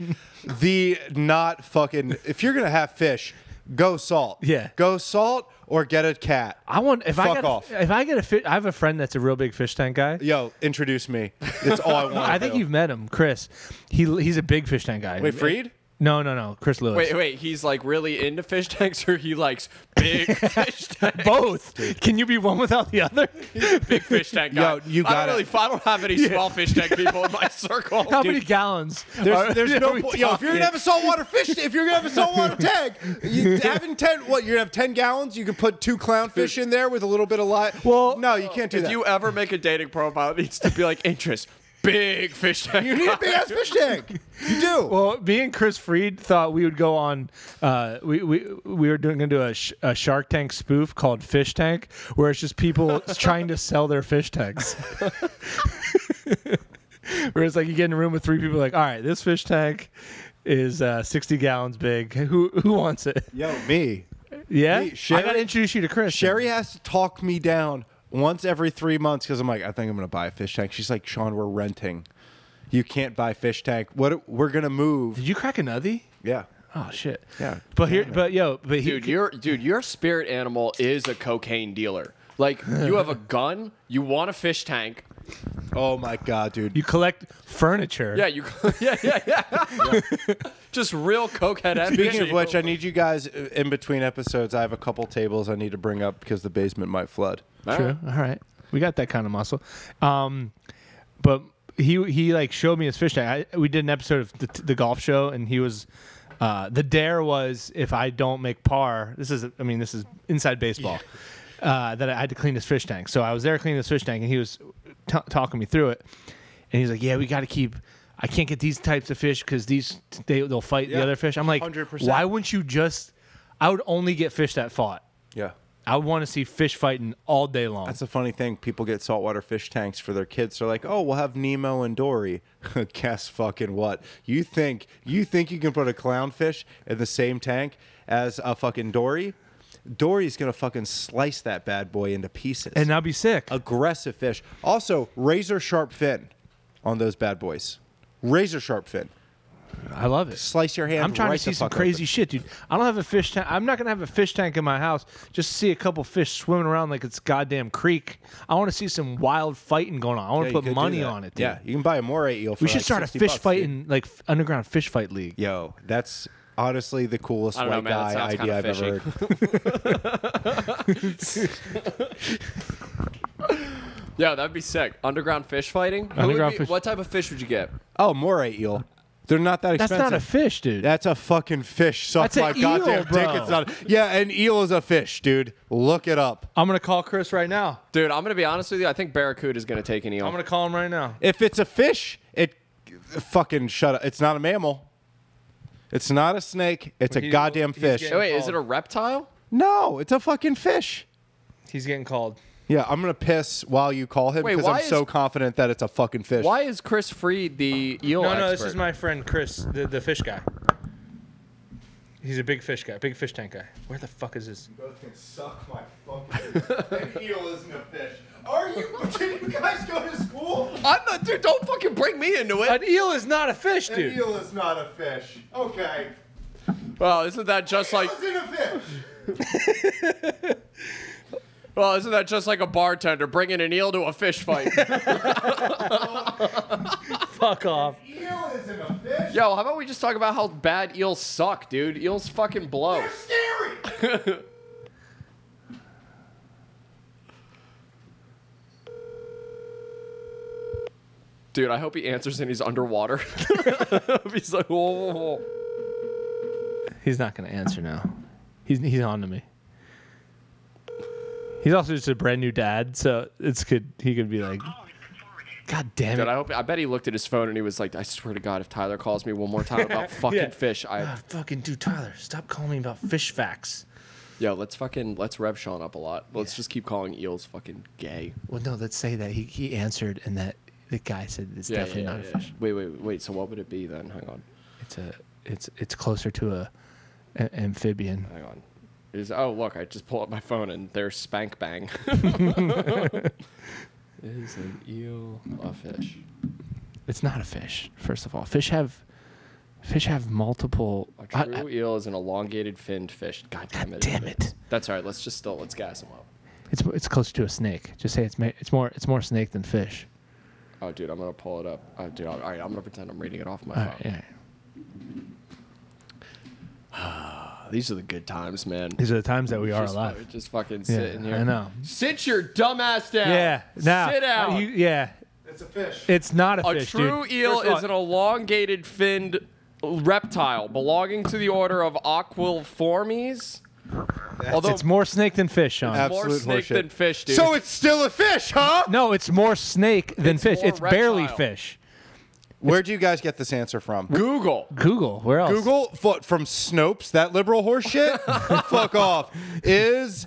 [SPEAKER 1] The not fucking. If you're gonna have fish, go salt.
[SPEAKER 2] Yeah.
[SPEAKER 1] Go salt or get a cat.
[SPEAKER 2] I want if I
[SPEAKER 1] Fuck
[SPEAKER 2] get
[SPEAKER 1] off.
[SPEAKER 2] if I get a fi- I have a friend that's a real big fish tank guy.
[SPEAKER 1] Yo, introduce me. That's all I want.
[SPEAKER 2] I think you've met him, Chris. He he's a big fish tank guy.
[SPEAKER 1] wait, Freed.
[SPEAKER 2] No, no, no, Chris Lewis.
[SPEAKER 3] Wait, wait, he's like really into fish tanks or he likes big fish tanks?
[SPEAKER 2] Both. Can you be one without the other?
[SPEAKER 3] Big fish tank guy.
[SPEAKER 1] Yo, you
[SPEAKER 3] I
[SPEAKER 1] gotta-
[SPEAKER 3] don't really I don't have any small fish tank people in my circle.
[SPEAKER 2] How
[SPEAKER 3] Dude,
[SPEAKER 2] many gallons?
[SPEAKER 1] There's,
[SPEAKER 2] are-
[SPEAKER 1] there's
[SPEAKER 2] are
[SPEAKER 1] no
[SPEAKER 2] we
[SPEAKER 1] point. Yo, if you're
[SPEAKER 2] talking?
[SPEAKER 1] gonna have a saltwater fish, if you're gonna have a saltwater tank, you, having ten, what you're gonna have ten gallons, you can put two clownfish in there with a little bit of light.
[SPEAKER 2] Well-
[SPEAKER 1] no, you can't do
[SPEAKER 3] if
[SPEAKER 1] that.
[SPEAKER 3] you
[SPEAKER 1] You,
[SPEAKER 3] ever make a dating profile, it needs to be like interest. Big fish tank.
[SPEAKER 1] need a big ass fish tank. You do.
[SPEAKER 2] Well, me and Chris Freed thought we would go on. Uh, we, we we were doing, gonna do a, sh- a Shark Tank spoof called Fish Tank, where it's just people trying to sell their fish tanks. where it's like you get in a room with three people, like, all right, this fish tank is uh, sixty gallons big. Who who wants it?
[SPEAKER 1] Yo, me.
[SPEAKER 2] Yeah,
[SPEAKER 1] Hey, Sherry-
[SPEAKER 2] I gotta introduce you to Chris. then.
[SPEAKER 1] Sherry has to talk me down once every three months because I'm like, I think I'm gonna buy a fish tank. She's like, Sean, we're renting. You can't buy fish tank. What? We're gonna move.
[SPEAKER 2] did you crack a nutty?
[SPEAKER 1] Yeah.
[SPEAKER 2] Oh shit.
[SPEAKER 1] Yeah.
[SPEAKER 2] But here, but yo, but he,
[SPEAKER 3] dude your dude your spirit animal is a cocaine dealer like you have a gun you want a fish tank
[SPEAKER 1] Oh my god, dude.
[SPEAKER 2] you collect furniture.
[SPEAKER 3] yeah you yeah yeah yeah, just real cokehead energy.
[SPEAKER 1] Speaking of which, I need you guys uh, in between episodes. I have a couple tables I need to bring up because the basement might flood.
[SPEAKER 2] True. All right. We got that kind of muscle. Um, but he he like showed me his fish tank. I, we did an episode of the, the golf show, and he was. Uh, the dare was if I don't make par, this is I mean this is inside baseball. Uh, that I had to clean his fish tank. So I was there cleaning his fish tank, and he was t- talking me through it. And he's like, "Yeah, we got to keep. I can't get these types of fish because these they they'll fight the
[SPEAKER 1] Yeah.
[SPEAKER 2] other fish." I'm like,
[SPEAKER 1] 100%.
[SPEAKER 2] "Why wouldn't you just? I would only get fish that fought.
[SPEAKER 1] Yeah.
[SPEAKER 2] I would want to see fish fighting all day long."
[SPEAKER 1] That's a funny thing. People get saltwater fish tanks for their kids. They're like, "Oh, we'll have Nemo and Dory." Guess fucking what? You think you think you can put a clownfish in the same tank as a fucking Dory? Dory's gonna fucking slice that bad boy into pieces.
[SPEAKER 2] and I'll be sick.
[SPEAKER 1] aggressive fish. Also, razor sharp fin on those bad boys. Razor sharp fin.
[SPEAKER 2] I love it.
[SPEAKER 1] Slice your hand.
[SPEAKER 2] I'm trying
[SPEAKER 1] right
[SPEAKER 2] to see
[SPEAKER 1] the
[SPEAKER 2] some
[SPEAKER 1] fuck
[SPEAKER 2] crazy
[SPEAKER 1] open.
[SPEAKER 2] shit, dude. I don't have a fish tank. I'm not gonna have a fish tank in my house just to see a couple fish swimming around like it's goddamn creek. I want to see some wild fighting going on. I want
[SPEAKER 1] Yeah, you
[SPEAKER 2] to
[SPEAKER 1] could
[SPEAKER 2] put
[SPEAKER 1] do
[SPEAKER 2] money
[SPEAKER 1] that.
[SPEAKER 2] on it. Dude.
[SPEAKER 1] Yeah, you can buy a moray eel. For
[SPEAKER 2] we should
[SPEAKER 1] like
[SPEAKER 2] start a
[SPEAKER 1] 60
[SPEAKER 2] fish
[SPEAKER 1] bucks, dude.
[SPEAKER 2] fight in like f- underground fish fight league.
[SPEAKER 1] Yo, that's honestly the coolest
[SPEAKER 3] I
[SPEAKER 1] white
[SPEAKER 3] don't know, man,
[SPEAKER 1] guy
[SPEAKER 3] that sounds
[SPEAKER 1] idea
[SPEAKER 3] kinda
[SPEAKER 1] I've ever
[SPEAKER 3] fishy.
[SPEAKER 1] heard.
[SPEAKER 3] Yeah, that'd be sick. Underground fish fighting. Who would
[SPEAKER 2] Underground
[SPEAKER 3] be-
[SPEAKER 2] fish-
[SPEAKER 3] What type of fish would you get?
[SPEAKER 1] Oh, moray eel. They're not that
[SPEAKER 2] That's
[SPEAKER 1] expensive.
[SPEAKER 2] not a fish, dude.
[SPEAKER 1] That's a fucking fish. Suck
[SPEAKER 2] That's an
[SPEAKER 1] my goddamn
[SPEAKER 2] eel,
[SPEAKER 1] dick.
[SPEAKER 2] bro.
[SPEAKER 1] It's not. Yeah, an eel is a fish, dude. Look it up.
[SPEAKER 2] I'm gonna call Chris right now.
[SPEAKER 3] Dude, I'm gonna be honest with you. I think barracuda is gonna take an eel.
[SPEAKER 2] I'm gonna call him right now.
[SPEAKER 1] If it's a fish, it fucking shut up. It's not a mammal. It's not a snake. It's a
[SPEAKER 2] He's-
[SPEAKER 1] goddamn
[SPEAKER 2] he's
[SPEAKER 1] fish.
[SPEAKER 2] getting-
[SPEAKER 3] Oh, wait, is it a reptile?
[SPEAKER 1] No, it's a fucking fish.
[SPEAKER 2] He's getting called.
[SPEAKER 1] Yeah, I'm gonna piss while you call him
[SPEAKER 3] Wait,
[SPEAKER 1] because
[SPEAKER 3] why
[SPEAKER 1] I'm
[SPEAKER 3] is-
[SPEAKER 1] so confident that it's a fucking fish.
[SPEAKER 3] Why is Chris Freed the eel
[SPEAKER 2] No, no, this
[SPEAKER 3] expert?
[SPEAKER 2] is my friend Chris, the, the fish guy. He's a big fish guy, big fish tank guy. Where the fuck is this?
[SPEAKER 1] both can suck my fucking An eel isn't a fish. Are you? Did you guys go to school?
[SPEAKER 3] I'm not, dude. Don't fucking bring me into it.
[SPEAKER 2] An eel is not a fish, dude.
[SPEAKER 1] eel is not a fish. Okay.
[SPEAKER 3] Well, isn't that just like?
[SPEAKER 1] isn't a fish.
[SPEAKER 3] Well, isn't that just like a bartender bringing an eel to a fish fight?
[SPEAKER 2] Fuck off.
[SPEAKER 1] Eel isn't a fish.
[SPEAKER 3] Yo, how about we just talk about how bad eels suck, dude? Eels fucking blow.
[SPEAKER 1] Scary.
[SPEAKER 3] Dude, I hope he answers and he's underwater. he's like, whoa, whoa, whoa.
[SPEAKER 2] He's not gonna answer now. He's he's on to me. He's also just a brand new dad, so it's could he could be like, God damn
[SPEAKER 3] Dude, I
[SPEAKER 2] it,
[SPEAKER 3] hope I bet he looked at his phone and he was like, I swear to God, if Tyler calls me one more time about fucking
[SPEAKER 2] Yeah.
[SPEAKER 3] fish, I
[SPEAKER 2] Ah, fucking dude, Tyler, stop calling me about fish facts.
[SPEAKER 3] yo, let's fucking let's rev Sean up a lot. Let's just keep calling eels fucking gay.
[SPEAKER 2] Well, no, let's say that he he answered and that the guy said it's definitely not a fish.
[SPEAKER 3] Wait, wait, wait. So what would it be then? Hang on,
[SPEAKER 2] It's a it's it's closer to a, a- amphibian.
[SPEAKER 3] hang on. Is oh look, I just pull up my phone and there's spank bang. Is an eel a fish?
[SPEAKER 2] It's not a fish. First of all, fish have fish have multiple.
[SPEAKER 3] A
[SPEAKER 2] I-
[SPEAKER 3] true
[SPEAKER 2] I-
[SPEAKER 3] eel is an elongated finned fish. God damn it.
[SPEAKER 2] damn it.
[SPEAKER 3] That's all right. Let's just still let's gas him up.
[SPEAKER 2] It's it's closer to a snake. Just say it's ma- it's more it's more snake than fish.
[SPEAKER 3] Oh, dude, I'm gonna pull it up. Oh, dude, all right, I'm gonna pretend I'm reading it off my
[SPEAKER 2] All
[SPEAKER 3] phone.
[SPEAKER 2] right, yeah.
[SPEAKER 3] These are the good times, man.
[SPEAKER 2] These are the times that we are
[SPEAKER 3] just, fu-
[SPEAKER 2] alive.
[SPEAKER 3] Just fucking
[SPEAKER 2] Yeah,
[SPEAKER 3] sitting here.
[SPEAKER 2] I know.
[SPEAKER 3] Sit your dumb ass down.
[SPEAKER 2] Yeah. Now,
[SPEAKER 3] Sit down.
[SPEAKER 2] you- yeah,
[SPEAKER 1] It's a fish.
[SPEAKER 2] it's not a,
[SPEAKER 3] a
[SPEAKER 2] fish,
[SPEAKER 3] true
[SPEAKER 2] dude.
[SPEAKER 3] eel
[SPEAKER 2] First of all,
[SPEAKER 3] is an elongated finned reptile belonging to the order of Aquilformes. Although
[SPEAKER 2] It's more snake than fish, Sean.
[SPEAKER 1] Ab-
[SPEAKER 3] more
[SPEAKER 1] Absolute
[SPEAKER 3] snake
[SPEAKER 1] horseshit.
[SPEAKER 3] than fish, dude.
[SPEAKER 1] So it's still a fish, huh?
[SPEAKER 2] no, it's more snake than fish.
[SPEAKER 3] more
[SPEAKER 2] It's barely
[SPEAKER 3] reptile.
[SPEAKER 2] fish.
[SPEAKER 1] Where do you guys get this answer from?
[SPEAKER 3] Google.
[SPEAKER 2] Google. Where else?
[SPEAKER 1] Google foot from Snopes, that liberal horseshit. Fuck off. Is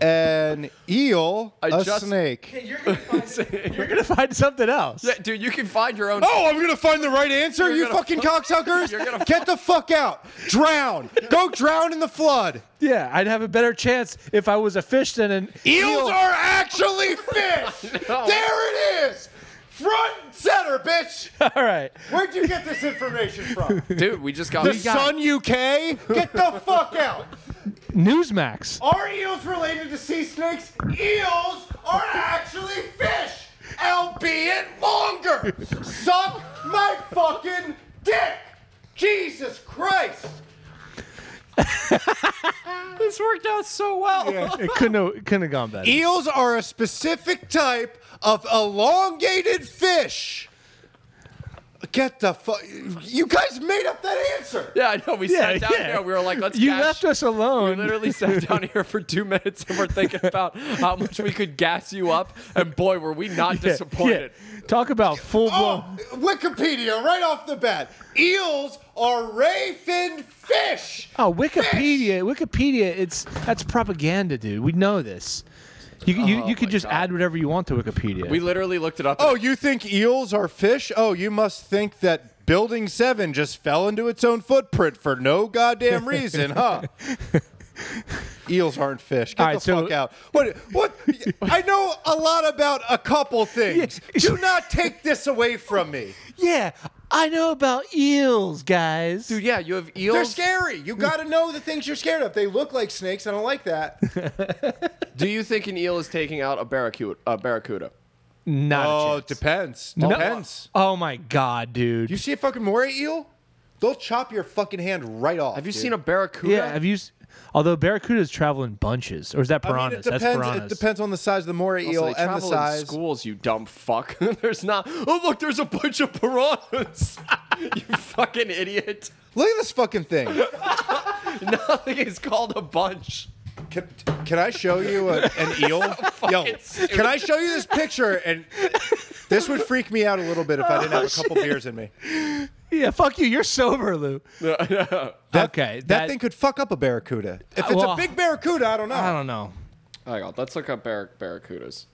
[SPEAKER 1] an eel
[SPEAKER 3] I
[SPEAKER 1] a
[SPEAKER 3] just-
[SPEAKER 1] snake?
[SPEAKER 2] You're gonna find something else.
[SPEAKER 3] Yeah, dude, you can find your own.
[SPEAKER 1] Oh, I'm gonna find the right answer, you
[SPEAKER 3] gonna
[SPEAKER 1] fucking cocksuckers!
[SPEAKER 3] You're gonna
[SPEAKER 1] get the fuck out. Drown. Go drown in the flood.
[SPEAKER 2] Yeah, I'd have a better chance if I was a fish than an
[SPEAKER 1] Eels
[SPEAKER 2] eel.
[SPEAKER 1] are actually fish.
[SPEAKER 3] No.
[SPEAKER 1] There it is. Front and center, bitch.
[SPEAKER 2] All right.
[SPEAKER 1] Where'd you get this information from?
[SPEAKER 3] Dude, we just got.
[SPEAKER 1] The
[SPEAKER 3] we got-
[SPEAKER 1] Sun UK? Get the fuck out.
[SPEAKER 2] Newsmax.
[SPEAKER 1] Are eels related to sea snakes? Eels are actually fish, albeit longer. Suck my fucking dick. Jesus Christ.
[SPEAKER 3] this worked out so well.
[SPEAKER 2] It couldn't have, it couldn't have gone better.
[SPEAKER 1] Eels are a specific type of elongated fish. Get the fuck. You guys made up that answer.
[SPEAKER 3] Yeah, I know. We sat down here. We were like, let's.
[SPEAKER 2] You
[SPEAKER 3] gas-
[SPEAKER 2] left us alone.
[SPEAKER 3] We literally sat down here for two minutes and we're thinking about how much we could gas you up. And boy, were we not
[SPEAKER 2] Yeah,
[SPEAKER 3] disappointed.
[SPEAKER 2] yeah. Talk about full blown.
[SPEAKER 1] Oh, Wikipedia, right off the bat. Eels are ray finned fish.
[SPEAKER 2] Oh, Wikipedia! Wikipedia! It's that's propaganda, dude. We know this. You you, you could
[SPEAKER 3] my
[SPEAKER 2] just
[SPEAKER 3] God.
[SPEAKER 2] add whatever you want to Wikipedia.
[SPEAKER 3] We literally looked it up.
[SPEAKER 1] Oh, you think eels are fish? Oh, you must think that Building 7 just fell into its own footprint for no goddamn reason, huh? Eels aren't fish. Get
[SPEAKER 2] All right,
[SPEAKER 1] the
[SPEAKER 2] so-
[SPEAKER 1] fuck out. What? What? I know a lot about a couple things. Do not take this away from me.
[SPEAKER 2] Yeah, I know about eels, guys.
[SPEAKER 3] Dude, yeah, you have
[SPEAKER 1] They're
[SPEAKER 3] eels.
[SPEAKER 1] scary. You got to know the things you're scared of. They look like snakes. I don't like that.
[SPEAKER 3] Do you think an eel is taking out a barracuda? A barracuda?
[SPEAKER 2] Not
[SPEAKER 1] Oh,
[SPEAKER 2] a
[SPEAKER 1] it
[SPEAKER 2] chance.
[SPEAKER 1] depends.
[SPEAKER 2] No-
[SPEAKER 1] Depends.
[SPEAKER 2] Oh my god, dude.
[SPEAKER 1] You see a fucking moray eel? They'll chop your fucking hand right off.
[SPEAKER 3] Have you
[SPEAKER 1] dude.
[SPEAKER 3] seen a barracuda?
[SPEAKER 2] yeah, have you? s- Although barracudas travel in bunches, or is that
[SPEAKER 1] I mean,
[SPEAKER 2] piranhas?
[SPEAKER 1] it
[SPEAKER 2] That's
[SPEAKER 1] depends.
[SPEAKER 2] piranhas.
[SPEAKER 1] It depends on the size of the moray
[SPEAKER 3] Also,
[SPEAKER 1] eel
[SPEAKER 3] they
[SPEAKER 1] and the
[SPEAKER 3] travel
[SPEAKER 1] size.
[SPEAKER 3] in schools, you dumb fuck. there's not. Oh look, there's a bunch of piranhas. you fucking idiot.
[SPEAKER 1] Look at this fucking thing.
[SPEAKER 3] Nothing is called a bunch.
[SPEAKER 1] Can, can I show you a, an eel? Yo,
[SPEAKER 3] stupid.
[SPEAKER 1] can I show you this picture? And this would freak me out a little bit if I didn't have a couple beers in me.
[SPEAKER 2] Yeah, fuck you. You're sober, Lou. okay,
[SPEAKER 1] That, thing could fuck up a barracuda. If it's
[SPEAKER 2] Well,
[SPEAKER 1] a big barracuda, I don't know.
[SPEAKER 2] I don't know.
[SPEAKER 3] Hang on, let's look up barrac- barracudas.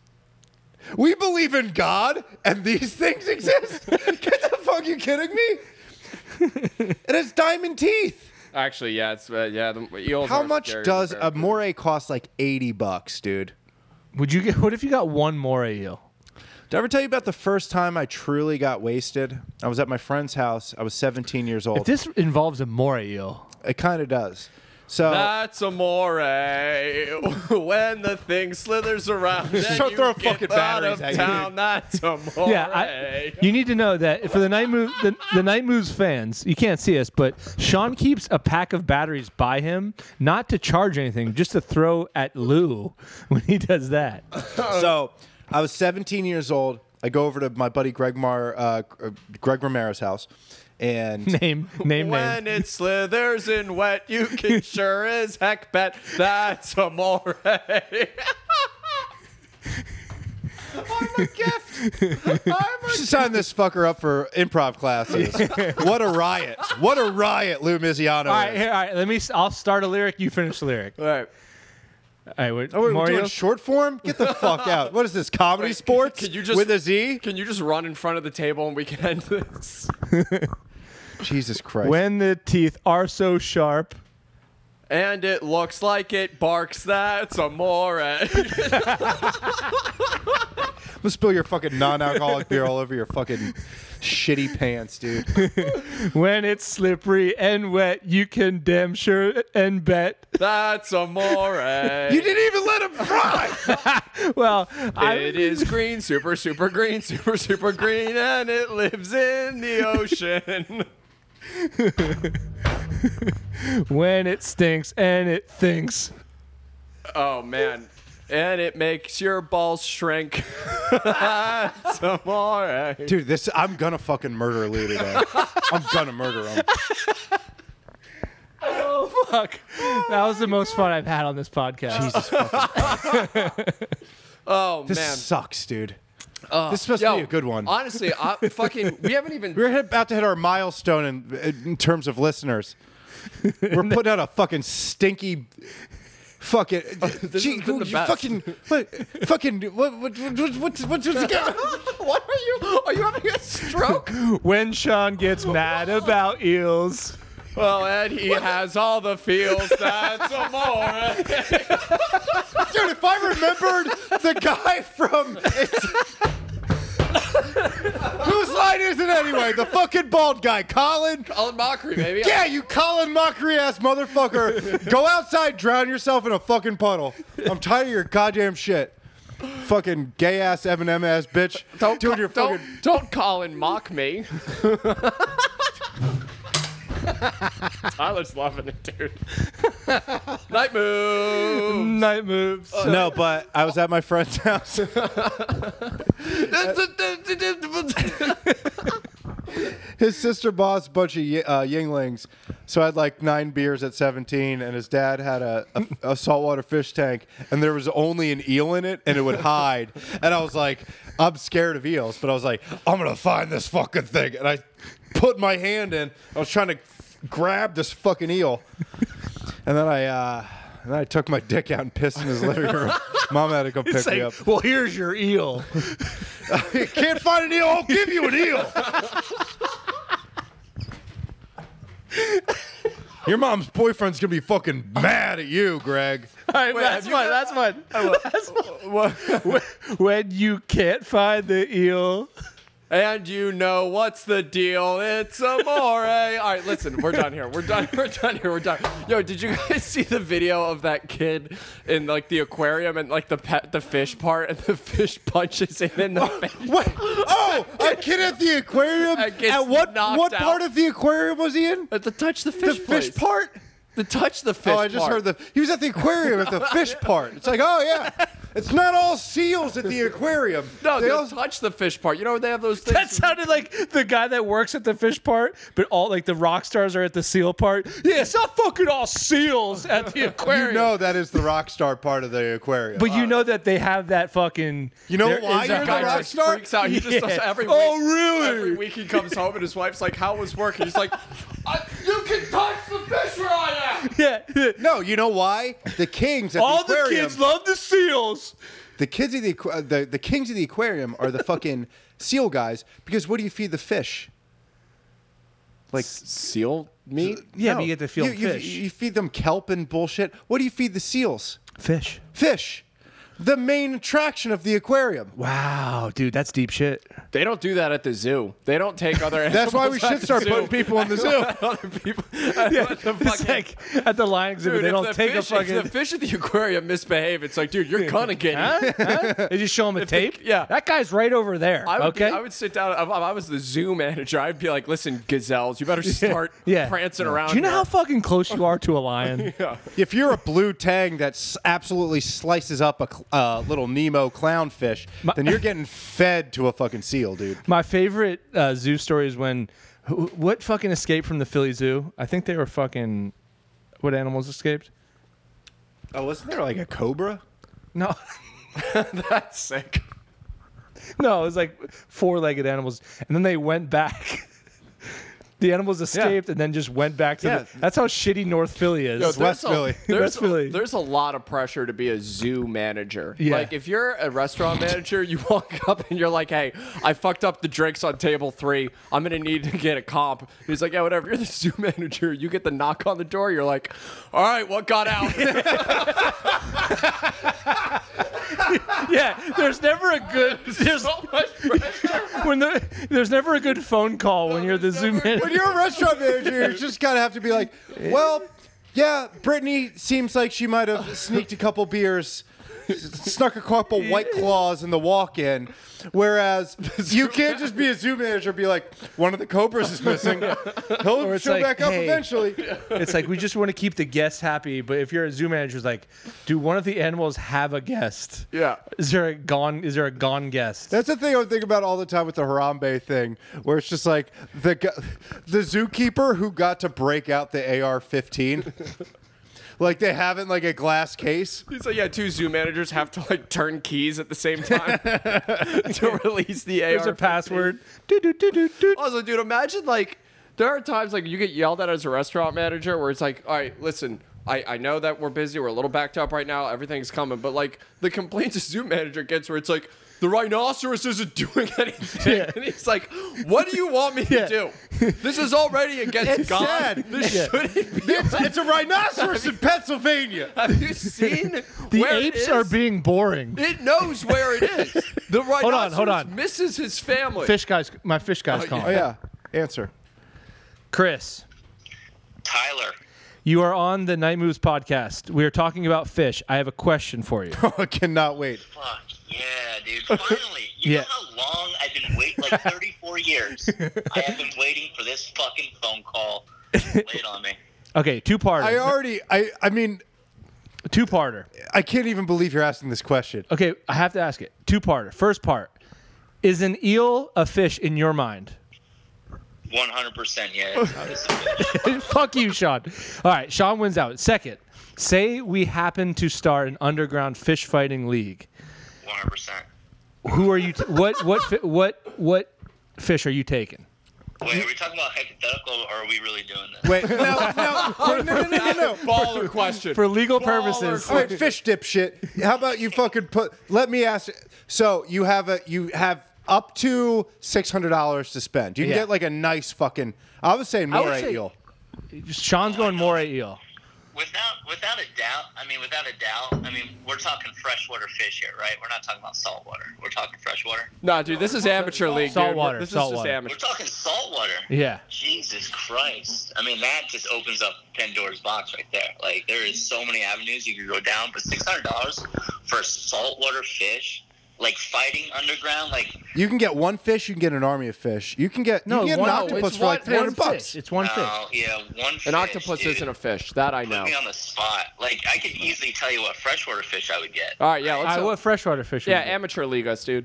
[SPEAKER 1] We believe in God, and these things exist. Get the fuck you kidding me? It has diamond teeth.
[SPEAKER 3] Actually, yeah, it's uh, yeah. The eels.
[SPEAKER 1] How
[SPEAKER 3] are
[SPEAKER 1] much
[SPEAKER 3] scary
[SPEAKER 1] does
[SPEAKER 3] compared
[SPEAKER 1] a
[SPEAKER 3] to-
[SPEAKER 1] moray cost? Like eighty bucks, dude.
[SPEAKER 2] Would you get? What if you got one moray eel?
[SPEAKER 1] Did I ever tell you about the first time I truly got wasted? I was at my friend's house. I was 17 years old.
[SPEAKER 2] If this involves a moray eel,
[SPEAKER 1] It kind of does. So
[SPEAKER 3] That's a moray. when the thing slithers around, and
[SPEAKER 1] Start
[SPEAKER 3] you
[SPEAKER 1] throwing
[SPEAKER 3] get
[SPEAKER 1] fucking
[SPEAKER 3] out
[SPEAKER 1] batteries
[SPEAKER 3] of
[SPEAKER 1] at you.
[SPEAKER 3] town. That's a moray.
[SPEAKER 2] yeah, I, you need to know that for the night move, the, the night moves fans, you can't see us, but Sean keeps a pack of batteries by him, not to charge anything, just to throw at Lou when he does that.
[SPEAKER 1] so I was 17 years old. I go over to my buddy Greg Mar, uh, Greg Romero's house, and
[SPEAKER 2] Name, name,
[SPEAKER 3] when
[SPEAKER 2] name.
[SPEAKER 3] it slithers in wet, you can sure as heck bet that's a moray. I'm a gift. I'm a
[SPEAKER 1] should sign this fucker up for improv classes. what a riot! What a riot, Lou Miziano.
[SPEAKER 2] All right, here, all right. Let me. s- I'll start a lyric. You finish the lyric. All
[SPEAKER 3] All right.
[SPEAKER 2] right, we're,
[SPEAKER 1] Oh, wait, we're
[SPEAKER 2] moray
[SPEAKER 1] doing
[SPEAKER 2] eels?
[SPEAKER 1] short form? Get the fuck out! What is this comedy sports?
[SPEAKER 3] Can you just
[SPEAKER 1] with a Z?
[SPEAKER 3] Can you just run in front of the table and we can end this?
[SPEAKER 1] Jesus Christ!
[SPEAKER 2] When the teeth are so sharp.
[SPEAKER 3] And it looks like it barks. That's a moray.
[SPEAKER 1] I'm gonna spill your fucking non-alcoholic beer all over your fucking shitty pants, dude.
[SPEAKER 2] When it's slippery and wet, you can damn sure and bet.
[SPEAKER 3] That's a moray.
[SPEAKER 1] You didn't even let him fry.
[SPEAKER 2] Well, I
[SPEAKER 3] It is green, super, super green, super, super green, and it lives in the ocean.
[SPEAKER 2] when it stinks and it thinks.
[SPEAKER 3] Oh man. And it makes your balls shrink. That's a moray.
[SPEAKER 1] Dude, this I'm gonna fucking murder Lou today. I'm gonna murder him.
[SPEAKER 2] Oh fuck! That was the most fun I've had on this podcast.
[SPEAKER 1] Jesus fucking
[SPEAKER 3] Oh
[SPEAKER 1] This
[SPEAKER 3] man. Uh,
[SPEAKER 1] sucks, dude. this is supposed
[SPEAKER 3] Yo,
[SPEAKER 1] to be a good one.
[SPEAKER 3] Honestly, I fucking we haven't even
[SPEAKER 1] We're hit, about to hit our milestone in, in terms of listeners. We're putting out a fucking stinky. Fucking, gee,
[SPEAKER 3] has been
[SPEAKER 1] you
[SPEAKER 3] the best.
[SPEAKER 1] fucking, what, fucking, what, what, what, what, what's, what's,
[SPEAKER 3] What are you? Are you having a stroke?
[SPEAKER 2] When Sean gets mad about eels,
[SPEAKER 3] well, and he has all the feels. That's a moray.
[SPEAKER 1] dude? If I remembered the guy from, it's, whose line is it anyway? The fucking bald guy, Colin.
[SPEAKER 3] All in mockery, baby.
[SPEAKER 1] Yeah, you Colin Mockery ass motherfucker. Go outside, drown yourself in a fucking puddle. I'm tired of your goddamn shit. Fucking gay ass Eminem ass bitch.
[SPEAKER 3] Don't
[SPEAKER 1] doing
[SPEAKER 3] ca-
[SPEAKER 1] your
[SPEAKER 3] don't,
[SPEAKER 1] fucking.
[SPEAKER 3] don't call and mock me. Tyler's loving it, dude. Night move.
[SPEAKER 2] night moves.
[SPEAKER 1] No, but I was at my friend's house. His sister bought a bunch of y- uh, Yinglings, so I had like nine beers at 17, and his dad had a, a, a saltwater fish tank, and there was only an eel in it, and it would hide. And I was like, I'm scared of eels, but I was like, I'm gonna find this fucking thing, and I put my hand in. I was trying to grab this fucking eel, and then I. Uh, and then I took my dick out and pissed in his living room. Mom had to come pick me up.
[SPEAKER 2] well, here's your eel.
[SPEAKER 1] You can't find an eel. I'll give you an eel. Your mom's boyfriend's gonna be fucking mad at you, Greg.
[SPEAKER 2] right, that's one. That's one. When you can't find the eel,
[SPEAKER 3] And you know what's the deal? It's amore. All right, listen, we're done here. We're done. We're done here. We're done. Yo, did you guys see the video of that kid in like the aquarium and like the pet, the fish part, and the fish punches him in the face?
[SPEAKER 1] What? Oh, a kid at the aquarium.
[SPEAKER 3] That gets
[SPEAKER 1] At what?
[SPEAKER 3] knocked
[SPEAKER 1] What
[SPEAKER 3] out.
[SPEAKER 1] part of the aquarium was he in?
[SPEAKER 3] At the touch the
[SPEAKER 1] The
[SPEAKER 3] fish.
[SPEAKER 1] fish
[SPEAKER 3] part.
[SPEAKER 1] part.
[SPEAKER 3] The touch the fish.
[SPEAKER 1] Oh, I just
[SPEAKER 3] part.
[SPEAKER 1] heard the. He was at the aquarium at the fish part. It's like, oh yeah, it's not all seals at the aquarium.
[SPEAKER 3] No,
[SPEAKER 1] They
[SPEAKER 3] they
[SPEAKER 1] all-
[SPEAKER 3] don't touch the fish part. You know they have those things.
[SPEAKER 2] that sounded like the guy that works at the fish part, but all like the rock stars are at the seal part. Yeah, it's not fucking all seals at the aquarium.
[SPEAKER 1] you know uh, that is the rock star part of the aquarium.
[SPEAKER 2] but you know that they have that fucking.
[SPEAKER 1] You know
[SPEAKER 2] there
[SPEAKER 1] why
[SPEAKER 2] is
[SPEAKER 1] you're
[SPEAKER 2] a
[SPEAKER 1] the
[SPEAKER 3] guy
[SPEAKER 2] guy-
[SPEAKER 1] rock
[SPEAKER 3] just
[SPEAKER 1] star?
[SPEAKER 3] freaks out. He just does
[SPEAKER 2] Yeah.
[SPEAKER 3] every week.
[SPEAKER 1] Oh, really?
[SPEAKER 3] Every week he comes home and his wife's like, "How was work?" And he's like, I, "You can touch the fish where I am."
[SPEAKER 2] Yeah.
[SPEAKER 1] No, you know why? The kings at
[SPEAKER 2] All
[SPEAKER 1] the
[SPEAKER 2] the
[SPEAKER 1] aquarium.
[SPEAKER 2] kids love the seals.
[SPEAKER 1] the kids of the, aqu- uh, the the kings of the aquarium are the fucking seal guys because what do you feed the fish? Like
[SPEAKER 3] Seal meat.
[SPEAKER 2] Yeah,
[SPEAKER 1] no.
[SPEAKER 2] but you get to feel
[SPEAKER 1] you, you-
[SPEAKER 2] fish.
[SPEAKER 1] You, feed them kelp and bullshit. What do you feed the seals?
[SPEAKER 2] Fish.
[SPEAKER 1] Fish. The main attraction of the aquarium.
[SPEAKER 2] Wow, dude, that's deep shit.
[SPEAKER 3] They don't do that at the zoo. They don't take other.
[SPEAKER 1] That's why we
[SPEAKER 3] animals at
[SPEAKER 1] should
[SPEAKER 3] the
[SPEAKER 1] start
[SPEAKER 3] zoo.
[SPEAKER 1] putting people in the zoo.
[SPEAKER 3] other people. Yeah,
[SPEAKER 2] Yeah, it's like at the lion exhibit,
[SPEAKER 3] dude,
[SPEAKER 2] they
[SPEAKER 3] if
[SPEAKER 2] don't
[SPEAKER 3] the
[SPEAKER 2] take
[SPEAKER 3] fish,
[SPEAKER 2] a fucking.
[SPEAKER 3] If the fish at the aquarium misbehave, it's like, dude, you're gonna get. eaten.
[SPEAKER 2] Huh? Huh? They just show him a
[SPEAKER 3] they-
[SPEAKER 2] tape.
[SPEAKER 3] yeah.
[SPEAKER 2] that guy's right over there.
[SPEAKER 3] I would, be-
[SPEAKER 2] okay,
[SPEAKER 3] I would sit down. If I was the zoo manager, I'd be like, "Listen, gazelles, you better start
[SPEAKER 2] Yeah.
[SPEAKER 3] prancing around."
[SPEAKER 2] Do you know
[SPEAKER 3] here."
[SPEAKER 2] how fucking close you are to a lion?
[SPEAKER 1] If you're a blue tang that s- absolutely slices up a cl- uh, little Nemo clownfish, then you're getting fed to a fucking seal, dude.
[SPEAKER 2] My favorite uh, zoo story is when wh- what fucking escaped from the Philly Zoo? I think they were fucking what animals escaped?
[SPEAKER 1] Oh, wasn't there like a cobra?
[SPEAKER 2] No,
[SPEAKER 3] that's sick.
[SPEAKER 2] no, it was like four-legged animals, and then they went back. The animals escaped and then just went back to.
[SPEAKER 1] Yeah.
[SPEAKER 2] The, that's how shitty North Philly is.
[SPEAKER 3] Yo,
[SPEAKER 1] It's West
[SPEAKER 3] there's a-
[SPEAKER 1] Philly.
[SPEAKER 3] There's,
[SPEAKER 2] West
[SPEAKER 3] a,
[SPEAKER 2] Philly.
[SPEAKER 3] there's a lot of pressure to be a zoo manager.
[SPEAKER 2] Yeah.
[SPEAKER 3] Like if you're a restaurant manager, you walk up and you're like, "Hey, I fucked up the drinks on table three. I'm gonna need to get a comp." He's like, "Yeah, whatever. You're the zoo manager. You get the knock on the door. You're like, all right, what got out?"
[SPEAKER 2] Yeah, there's never a good there's when the there's never a good phone call when you're the
[SPEAKER 3] there's
[SPEAKER 2] Zoom
[SPEAKER 3] never-
[SPEAKER 2] manager.
[SPEAKER 1] When you're a restaurant manager, you just kind of have to be like, well, yeah, Brittany seems like she might have sneaked a couple beers, s- snuck a couple white claws in the walk in. Whereas you can't just be a zoo manager and be like, one of the cobras is missing. He'll
[SPEAKER 2] it's
[SPEAKER 1] show
[SPEAKER 2] like,
[SPEAKER 1] back up
[SPEAKER 2] hey.
[SPEAKER 1] eventually.
[SPEAKER 2] It's like we just want to keep the guests happy, but if you're a Zoom manager, it's like, do one of the animals have a guest?
[SPEAKER 3] yeah.
[SPEAKER 2] Is there a gone? Is there a gone guest?
[SPEAKER 1] That's the thing I would think about all the time with the Harambe thing, where it's just like the gu- the zookeeper who got to break out the AR-15. like they have it in like a glass case.
[SPEAKER 3] He's like, "Yeah, two zoo managers have to like turn keys at the same time to release the AR."
[SPEAKER 2] There's a password. Do, do, do, do, do.
[SPEAKER 3] Also, dude, imagine like there are times like you get yelled at as a restaurant manager where it's like, all right, listen, I, I know that we're busy, we're a little backed up right now, everything's coming, but like the complaints a zoo manager gets where it's like the rhinoceros isn't doing anything,
[SPEAKER 2] Yeah.
[SPEAKER 3] and he's like, "What do you want me
[SPEAKER 2] Yeah.
[SPEAKER 3] to do? This is already against
[SPEAKER 1] It's
[SPEAKER 3] God.
[SPEAKER 1] sad.
[SPEAKER 3] This
[SPEAKER 2] Yeah.
[SPEAKER 3] shouldn't be."
[SPEAKER 1] It's, it's a rhinoceros in Pennsylvania.
[SPEAKER 3] Have you seen
[SPEAKER 2] The
[SPEAKER 3] where it
[SPEAKER 2] apes are
[SPEAKER 3] is?
[SPEAKER 2] being boring.
[SPEAKER 3] It knows where it is. The rhinoceros
[SPEAKER 2] on, hold on.
[SPEAKER 3] misses his family.
[SPEAKER 2] Fish guys, my fish guys calling.
[SPEAKER 1] Oh yeah, answer.
[SPEAKER 2] Chris,
[SPEAKER 4] Tyler.
[SPEAKER 2] you are on the Night Moves podcast. We are talking about fish. I have a question for you.
[SPEAKER 1] Oh, I cannot wait.
[SPEAKER 4] Fuck yeah, dude. Finally. You
[SPEAKER 2] Yeah.
[SPEAKER 4] know how long I've been waiting? Like 34 years. I have been waiting for this fucking phone call. Wait on me.
[SPEAKER 2] Okay, two
[SPEAKER 1] I
[SPEAKER 2] parter.
[SPEAKER 1] already. I. I mean,
[SPEAKER 2] Two parter.
[SPEAKER 1] I can't even believe you're asking this question.
[SPEAKER 2] Okay, I have to ask it. Two parter. First part is an eel a fish in your mind?
[SPEAKER 4] 100% yeah. It's a bitch.
[SPEAKER 2] Fuck you, Sean. All right, Sean wins out. Second, say we happen to start an underground fish fighting league.
[SPEAKER 4] 100%.
[SPEAKER 2] Who are you? T- what what fi- what what fish are you taking?
[SPEAKER 4] Wait, are we talking about hypothetical or are we really doing this?
[SPEAKER 1] Wait, no, no, no, no, no, no, no.
[SPEAKER 3] Baller question.
[SPEAKER 2] For legal purposes,
[SPEAKER 1] All right, fish dipshit. How about you fucking put? Let me ask. So you have a you have up to six hundred dollars to spend. You can
[SPEAKER 2] Yeah.
[SPEAKER 1] get like a nice fucking. I was saying
[SPEAKER 2] would
[SPEAKER 1] more
[SPEAKER 2] say-
[SPEAKER 1] eel.
[SPEAKER 2] Sean's going moray eel.
[SPEAKER 4] Without without a doubt, I mean, without a doubt, I mean, we're talking freshwater fish here, right? We're not talking about saltwater. We're talking freshwater.
[SPEAKER 3] No, dude, this is amateur league. dude.
[SPEAKER 2] Saltwater,
[SPEAKER 3] This is just
[SPEAKER 2] saltwater.
[SPEAKER 4] We're
[SPEAKER 3] amateur.
[SPEAKER 4] talking saltwater.
[SPEAKER 2] Yeah.
[SPEAKER 4] Jesus Christ. I mean, that just opens up Pandora's box right there. Like, there is so many avenues you could go down, but $600 for a saltwater fish, like fighting underground, like,
[SPEAKER 1] You can get one fish, you can get an army of fish. You can get you
[SPEAKER 2] No,
[SPEAKER 1] can get
[SPEAKER 2] one-
[SPEAKER 1] an
[SPEAKER 2] no,
[SPEAKER 1] octopus
[SPEAKER 3] it's
[SPEAKER 1] for
[SPEAKER 3] one-
[SPEAKER 1] like 300
[SPEAKER 3] one
[SPEAKER 1] bucks.
[SPEAKER 2] It's one fish.
[SPEAKER 4] oh, yeah, one fish.
[SPEAKER 3] An octopus
[SPEAKER 4] dude.
[SPEAKER 3] isn't a fish. That I know.
[SPEAKER 4] Put me on the spot. Like, I could easily tell you what freshwater fish I would get.
[SPEAKER 3] All right, yeah,
[SPEAKER 2] All
[SPEAKER 3] let's.
[SPEAKER 2] right, what freshwater fish?
[SPEAKER 3] yeah,
[SPEAKER 2] would you-
[SPEAKER 3] amateur league us, dude.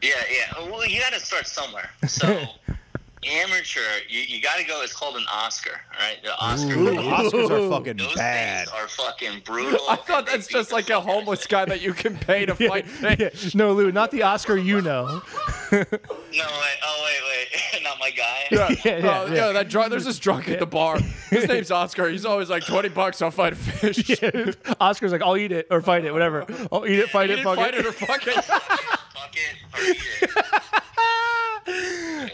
[SPEAKER 4] Yeah, yeah. Well, you got to start somewhere. So, amateur, you, you got to go. It's called an Oscar, all right? The Oscar.
[SPEAKER 1] Ooh,
[SPEAKER 4] movies.
[SPEAKER 1] Oscars are fucking
[SPEAKER 4] Those
[SPEAKER 1] bad.
[SPEAKER 4] things are fucking brutal.
[SPEAKER 3] I thought
[SPEAKER 4] and they
[SPEAKER 3] that's
[SPEAKER 4] beat
[SPEAKER 3] just
[SPEAKER 4] the
[SPEAKER 3] like a
[SPEAKER 4] fuck out of
[SPEAKER 3] homeless
[SPEAKER 4] it.
[SPEAKER 3] guy that you can pay to fight fish.
[SPEAKER 2] Yeah. No, Lou, not the Oscar you know.
[SPEAKER 4] No, wait. Oh, wait, wait. Not my guy.
[SPEAKER 2] Yeah, yeah,
[SPEAKER 3] oh,
[SPEAKER 2] yeah.
[SPEAKER 3] that drunk. There's this drunk at the bar. His name's Oscar. He's always like twenty bucks. I'll fight a fish.
[SPEAKER 2] Oscar's like, I'll eat it or fight it, whatever. I'll eat it, fight
[SPEAKER 3] You
[SPEAKER 2] it,
[SPEAKER 3] didn't
[SPEAKER 2] fuck
[SPEAKER 3] fight
[SPEAKER 2] it.
[SPEAKER 3] it or fuck it.
[SPEAKER 4] Fuck it. Or eat it.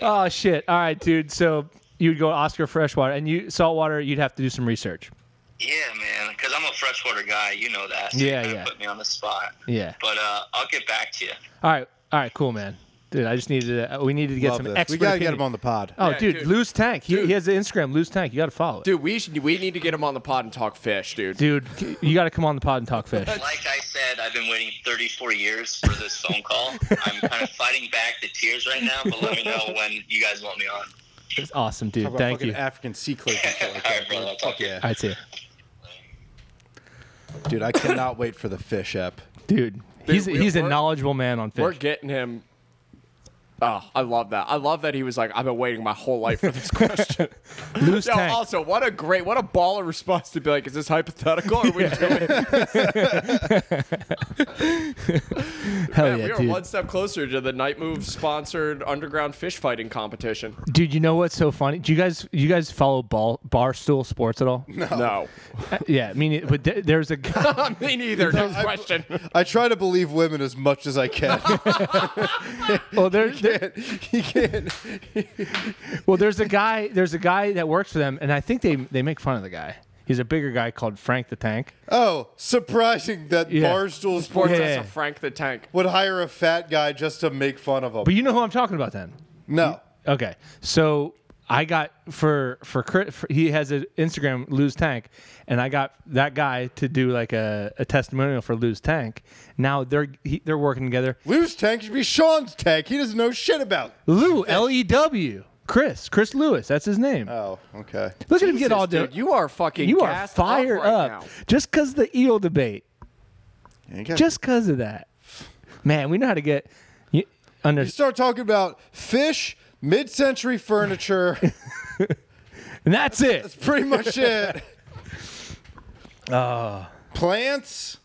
[SPEAKER 2] Oh shit! All right, dude. So you'd go Oscar freshwater, and you saltwater. You'd have to do some research.
[SPEAKER 4] Yeah, man. Because I'm a freshwater guy. You know that. So
[SPEAKER 2] Yeah,
[SPEAKER 4] you kinda
[SPEAKER 2] yeah.
[SPEAKER 4] Put me on the spot.
[SPEAKER 2] Yeah.
[SPEAKER 4] But uh, I'll get back to you.
[SPEAKER 2] All right. All right. Cool, man. Dude, I just needed. To, we needed to get
[SPEAKER 1] Love
[SPEAKER 2] some
[SPEAKER 1] this.
[SPEAKER 2] expert.
[SPEAKER 1] We gotta get
[SPEAKER 2] opinion.
[SPEAKER 1] him on the pod.
[SPEAKER 2] Oh,
[SPEAKER 3] Yeah,
[SPEAKER 2] dude,
[SPEAKER 3] dude.
[SPEAKER 2] Lou's Tank. He,
[SPEAKER 3] Dude.
[SPEAKER 2] he has the Instagram, Lou's Tank. You got to follow it.
[SPEAKER 3] Dude, we should, we need to get him on the pod and talk fish, dude.
[SPEAKER 2] Dude, you got to come on the pod and talk fish.
[SPEAKER 4] Like I said, I've been waiting 34 years for this phone call. I'm kind of fighting back the tears right now, but let me know when you guys want me on.
[SPEAKER 2] It's awesome,
[SPEAKER 1] Talk
[SPEAKER 2] dude.
[SPEAKER 1] about
[SPEAKER 2] Thank
[SPEAKER 1] fucking
[SPEAKER 2] you. All
[SPEAKER 1] African sea clay and shit like that.
[SPEAKER 4] All right, bro,
[SPEAKER 1] dude.
[SPEAKER 4] I'll talk
[SPEAKER 1] Fuck yeah.
[SPEAKER 2] right, see. ya.
[SPEAKER 1] Dude, I cannot wait for the fish app.
[SPEAKER 2] Dude, he's
[SPEAKER 3] we-
[SPEAKER 2] he's a
[SPEAKER 3] we're-
[SPEAKER 2] knowledgeable man on
[SPEAKER 3] We're
[SPEAKER 2] fish.
[SPEAKER 3] getting him. Oh, I love that. I love that he was like, I've been waiting my whole life for this question.
[SPEAKER 2] Lou's
[SPEAKER 3] Yo,
[SPEAKER 2] Tank.
[SPEAKER 3] also, what a great, what a baller response to be like, is this hypothetical? Or are we doing
[SPEAKER 2] Hell
[SPEAKER 3] Man, we
[SPEAKER 2] yeah,
[SPEAKER 3] are
[SPEAKER 2] dude.
[SPEAKER 3] one step closer to the Night Move sponsored underground fish fighting competition.
[SPEAKER 2] Dude, you know what's so funny? Do you guys you guys follow ball, barstool sports at all?
[SPEAKER 3] No.
[SPEAKER 2] Uh, yeah, I mean, it- but there- there's a guy.
[SPEAKER 3] Me neither. Next question.
[SPEAKER 1] I try to believe women as much as I can.
[SPEAKER 2] Well, there, there-
[SPEAKER 1] you can't.
[SPEAKER 2] well, there's a guy. There's a guy that works for them, and I think they they make fun of the guy. He's a bigger guy called Frank the Tank.
[SPEAKER 1] Oh, surprising that
[SPEAKER 2] Yeah.
[SPEAKER 1] Barstool
[SPEAKER 3] Sports
[SPEAKER 1] Sports
[SPEAKER 2] Yeah.
[SPEAKER 3] us a Frank the Tank.
[SPEAKER 1] would hire a fat guy just to make fun of him.
[SPEAKER 2] But you know who I'm talking about, then?
[SPEAKER 1] no.
[SPEAKER 2] Okay, so I got for for, Chris, for he has an Instagram lose tank, and I got that guy to do like a, a testimonial for lose tank. Now they're he, they're working together.
[SPEAKER 1] Lou's tank should be Sean's tank. He doesn't know shit about.
[SPEAKER 2] Lou L E W Chris Chris Lewis that's his name.
[SPEAKER 1] Oh, okay.
[SPEAKER 2] Look at him get all
[SPEAKER 3] Uh, Dude,
[SPEAKER 2] dude.
[SPEAKER 3] you are fucking
[SPEAKER 2] You are
[SPEAKER 3] gassed
[SPEAKER 2] fired
[SPEAKER 3] right
[SPEAKER 2] up,
[SPEAKER 3] now.
[SPEAKER 2] just because the eel debate,
[SPEAKER 1] You got-
[SPEAKER 2] just because of that. Man, we know how to get you, under.
[SPEAKER 1] start talking about fish, mid-century furniture.
[SPEAKER 2] And that's it.
[SPEAKER 1] pretty much it. Ah. Plants.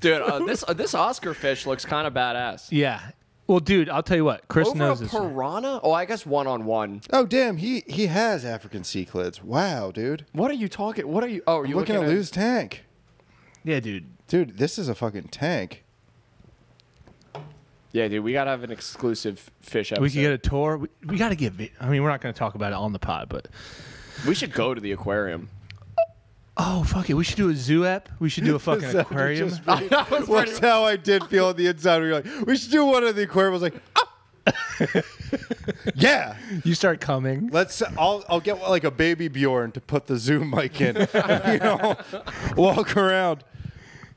[SPEAKER 3] Dude, uh, this uh, this Oscar fish looks kind of badass.
[SPEAKER 2] Yeah. Well, dude, I'll tell you what. Chris
[SPEAKER 3] Over a
[SPEAKER 2] knows this. one.
[SPEAKER 3] piranha? Oh, I guess one on one.
[SPEAKER 1] Oh damn, he he has African sea clads. Wow, dude.
[SPEAKER 3] What are you talking? What are you? Oh, are you
[SPEAKER 1] Looking, at Lou's tank.
[SPEAKER 2] Yeah, dude.
[SPEAKER 1] Dude, this is a fucking tank.
[SPEAKER 3] Yeah, dude, we gotta have an exclusive fish episode.
[SPEAKER 2] We could get a tour. We, we got to get. vi- I mean, we're not going to talk about it on the pod, but
[SPEAKER 3] we should go to the
[SPEAKER 2] Uh,
[SPEAKER 3] aquarium.
[SPEAKER 2] oh fuck it, we should do a zoo app. We should do a fucking aquarium.
[SPEAKER 1] Just- That's how I did feel on the inside. We were like, we should do one of the aquarium. I was like, ah. yeah.
[SPEAKER 2] You start coming.
[SPEAKER 1] Let's. I'll. I'll get like a baby Bjorn to put the Zoom mic in. you know, walk around.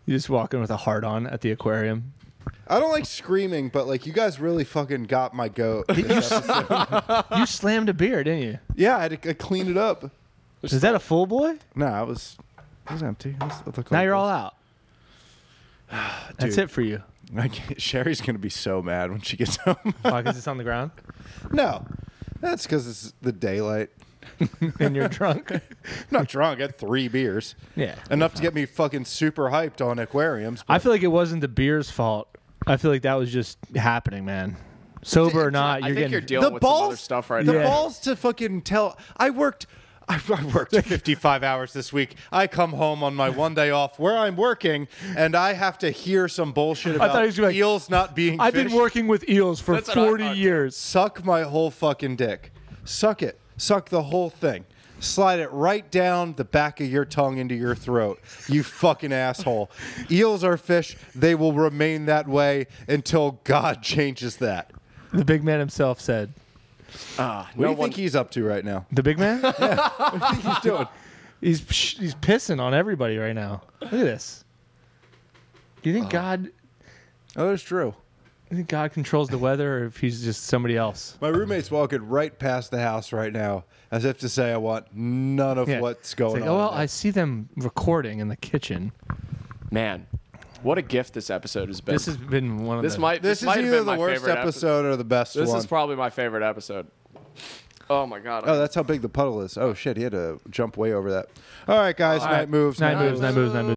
[SPEAKER 2] You just walk in with a heart on at the aquarium.
[SPEAKER 1] I don't like screaming, but like you guys really fucking got my goat. this episode.
[SPEAKER 2] You slammed a beer, didn't you?
[SPEAKER 1] yeah, I had to clean it up.
[SPEAKER 2] Is that a full boy?
[SPEAKER 1] No, I was. It was empty. It was, it looked
[SPEAKER 2] Now
[SPEAKER 1] like
[SPEAKER 2] you're
[SPEAKER 1] this.
[SPEAKER 2] all out. That's
[SPEAKER 1] Dude.
[SPEAKER 2] it for you.
[SPEAKER 1] I can't- Sherry's gonna be so mad when she gets home.
[SPEAKER 2] Why? Because it's on the ground
[SPEAKER 1] no, that's because it's the daylight.
[SPEAKER 2] and you're drunk.
[SPEAKER 1] I'm not drunk. I had three beers.
[SPEAKER 2] Yeah.
[SPEAKER 1] enough to get me fucking super hyped on aquariums.
[SPEAKER 2] I feel like it wasn't the beer's fault. I feel like that was just happening, man. Sober or not, you're
[SPEAKER 3] I think
[SPEAKER 2] getting
[SPEAKER 3] you're dealing with some other stuff right
[SPEAKER 1] the
[SPEAKER 2] Yeah.
[SPEAKER 3] now.
[SPEAKER 1] balls to fucking tell. I worked. I I worked 55 hours this week. I come home on my one day off where I'm working, and I have to hear some bullshit about
[SPEAKER 2] thought he was gonna be like,
[SPEAKER 1] eels not being.
[SPEAKER 2] I've been
[SPEAKER 1] fish.
[SPEAKER 2] working with eels for
[SPEAKER 3] That's what I
[SPEAKER 2] 40
[SPEAKER 3] thought.
[SPEAKER 2] years.
[SPEAKER 1] Suck my whole fucking dick. Suck it. Suck the whole thing. slide it right down the back of your tongue into your throat. You fucking asshole. Eels are fish. They will remain that way until God changes that.
[SPEAKER 2] The big man himself said.
[SPEAKER 1] What do
[SPEAKER 3] No
[SPEAKER 1] you
[SPEAKER 3] one-
[SPEAKER 1] think he's up to right now?
[SPEAKER 2] The big man?
[SPEAKER 1] What do you think he's doing?
[SPEAKER 2] He's psh, he's pissing on everybody right now. Look at this. Do you think God?
[SPEAKER 1] Oh, there's Drew.
[SPEAKER 2] You think God controls the weather, or if he's just somebody else?
[SPEAKER 1] My roommate's walking right past the house right now, as if to say, I want none of
[SPEAKER 2] Yeah.
[SPEAKER 1] what's
[SPEAKER 2] It's
[SPEAKER 1] going
[SPEAKER 2] like,
[SPEAKER 1] on.
[SPEAKER 2] Oh well,
[SPEAKER 1] in
[SPEAKER 2] I
[SPEAKER 1] there."
[SPEAKER 2] see them recording in the kitchen.
[SPEAKER 3] Man, what a gift this episode has been.
[SPEAKER 2] This has been one of
[SPEAKER 3] this
[SPEAKER 2] the,
[SPEAKER 3] might
[SPEAKER 1] this,
[SPEAKER 3] this,
[SPEAKER 1] is
[SPEAKER 3] might have
[SPEAKER 1] either
[SPEAKER 3] been
[SPEAKER 1] the
[SPEAKER 3] my
[SPEAKER 1] worst
[SPEAKER 3] favorite
[SPEAKER 1] episode,
[SPEAKER 3] episode.
[SPEAKER 1] or the best
[SPEAKER 3] This
[SPEAKER 1] one.
[SPEAKER 3] is probably my favorite episode. Oh my god!
[SPEAKER 1] oh, that's how big the puddle is. Oh shit, he had to jump way over that. All right, guys, night moves.
[SPEAKER 2] nine moves, nine moves, nine moves.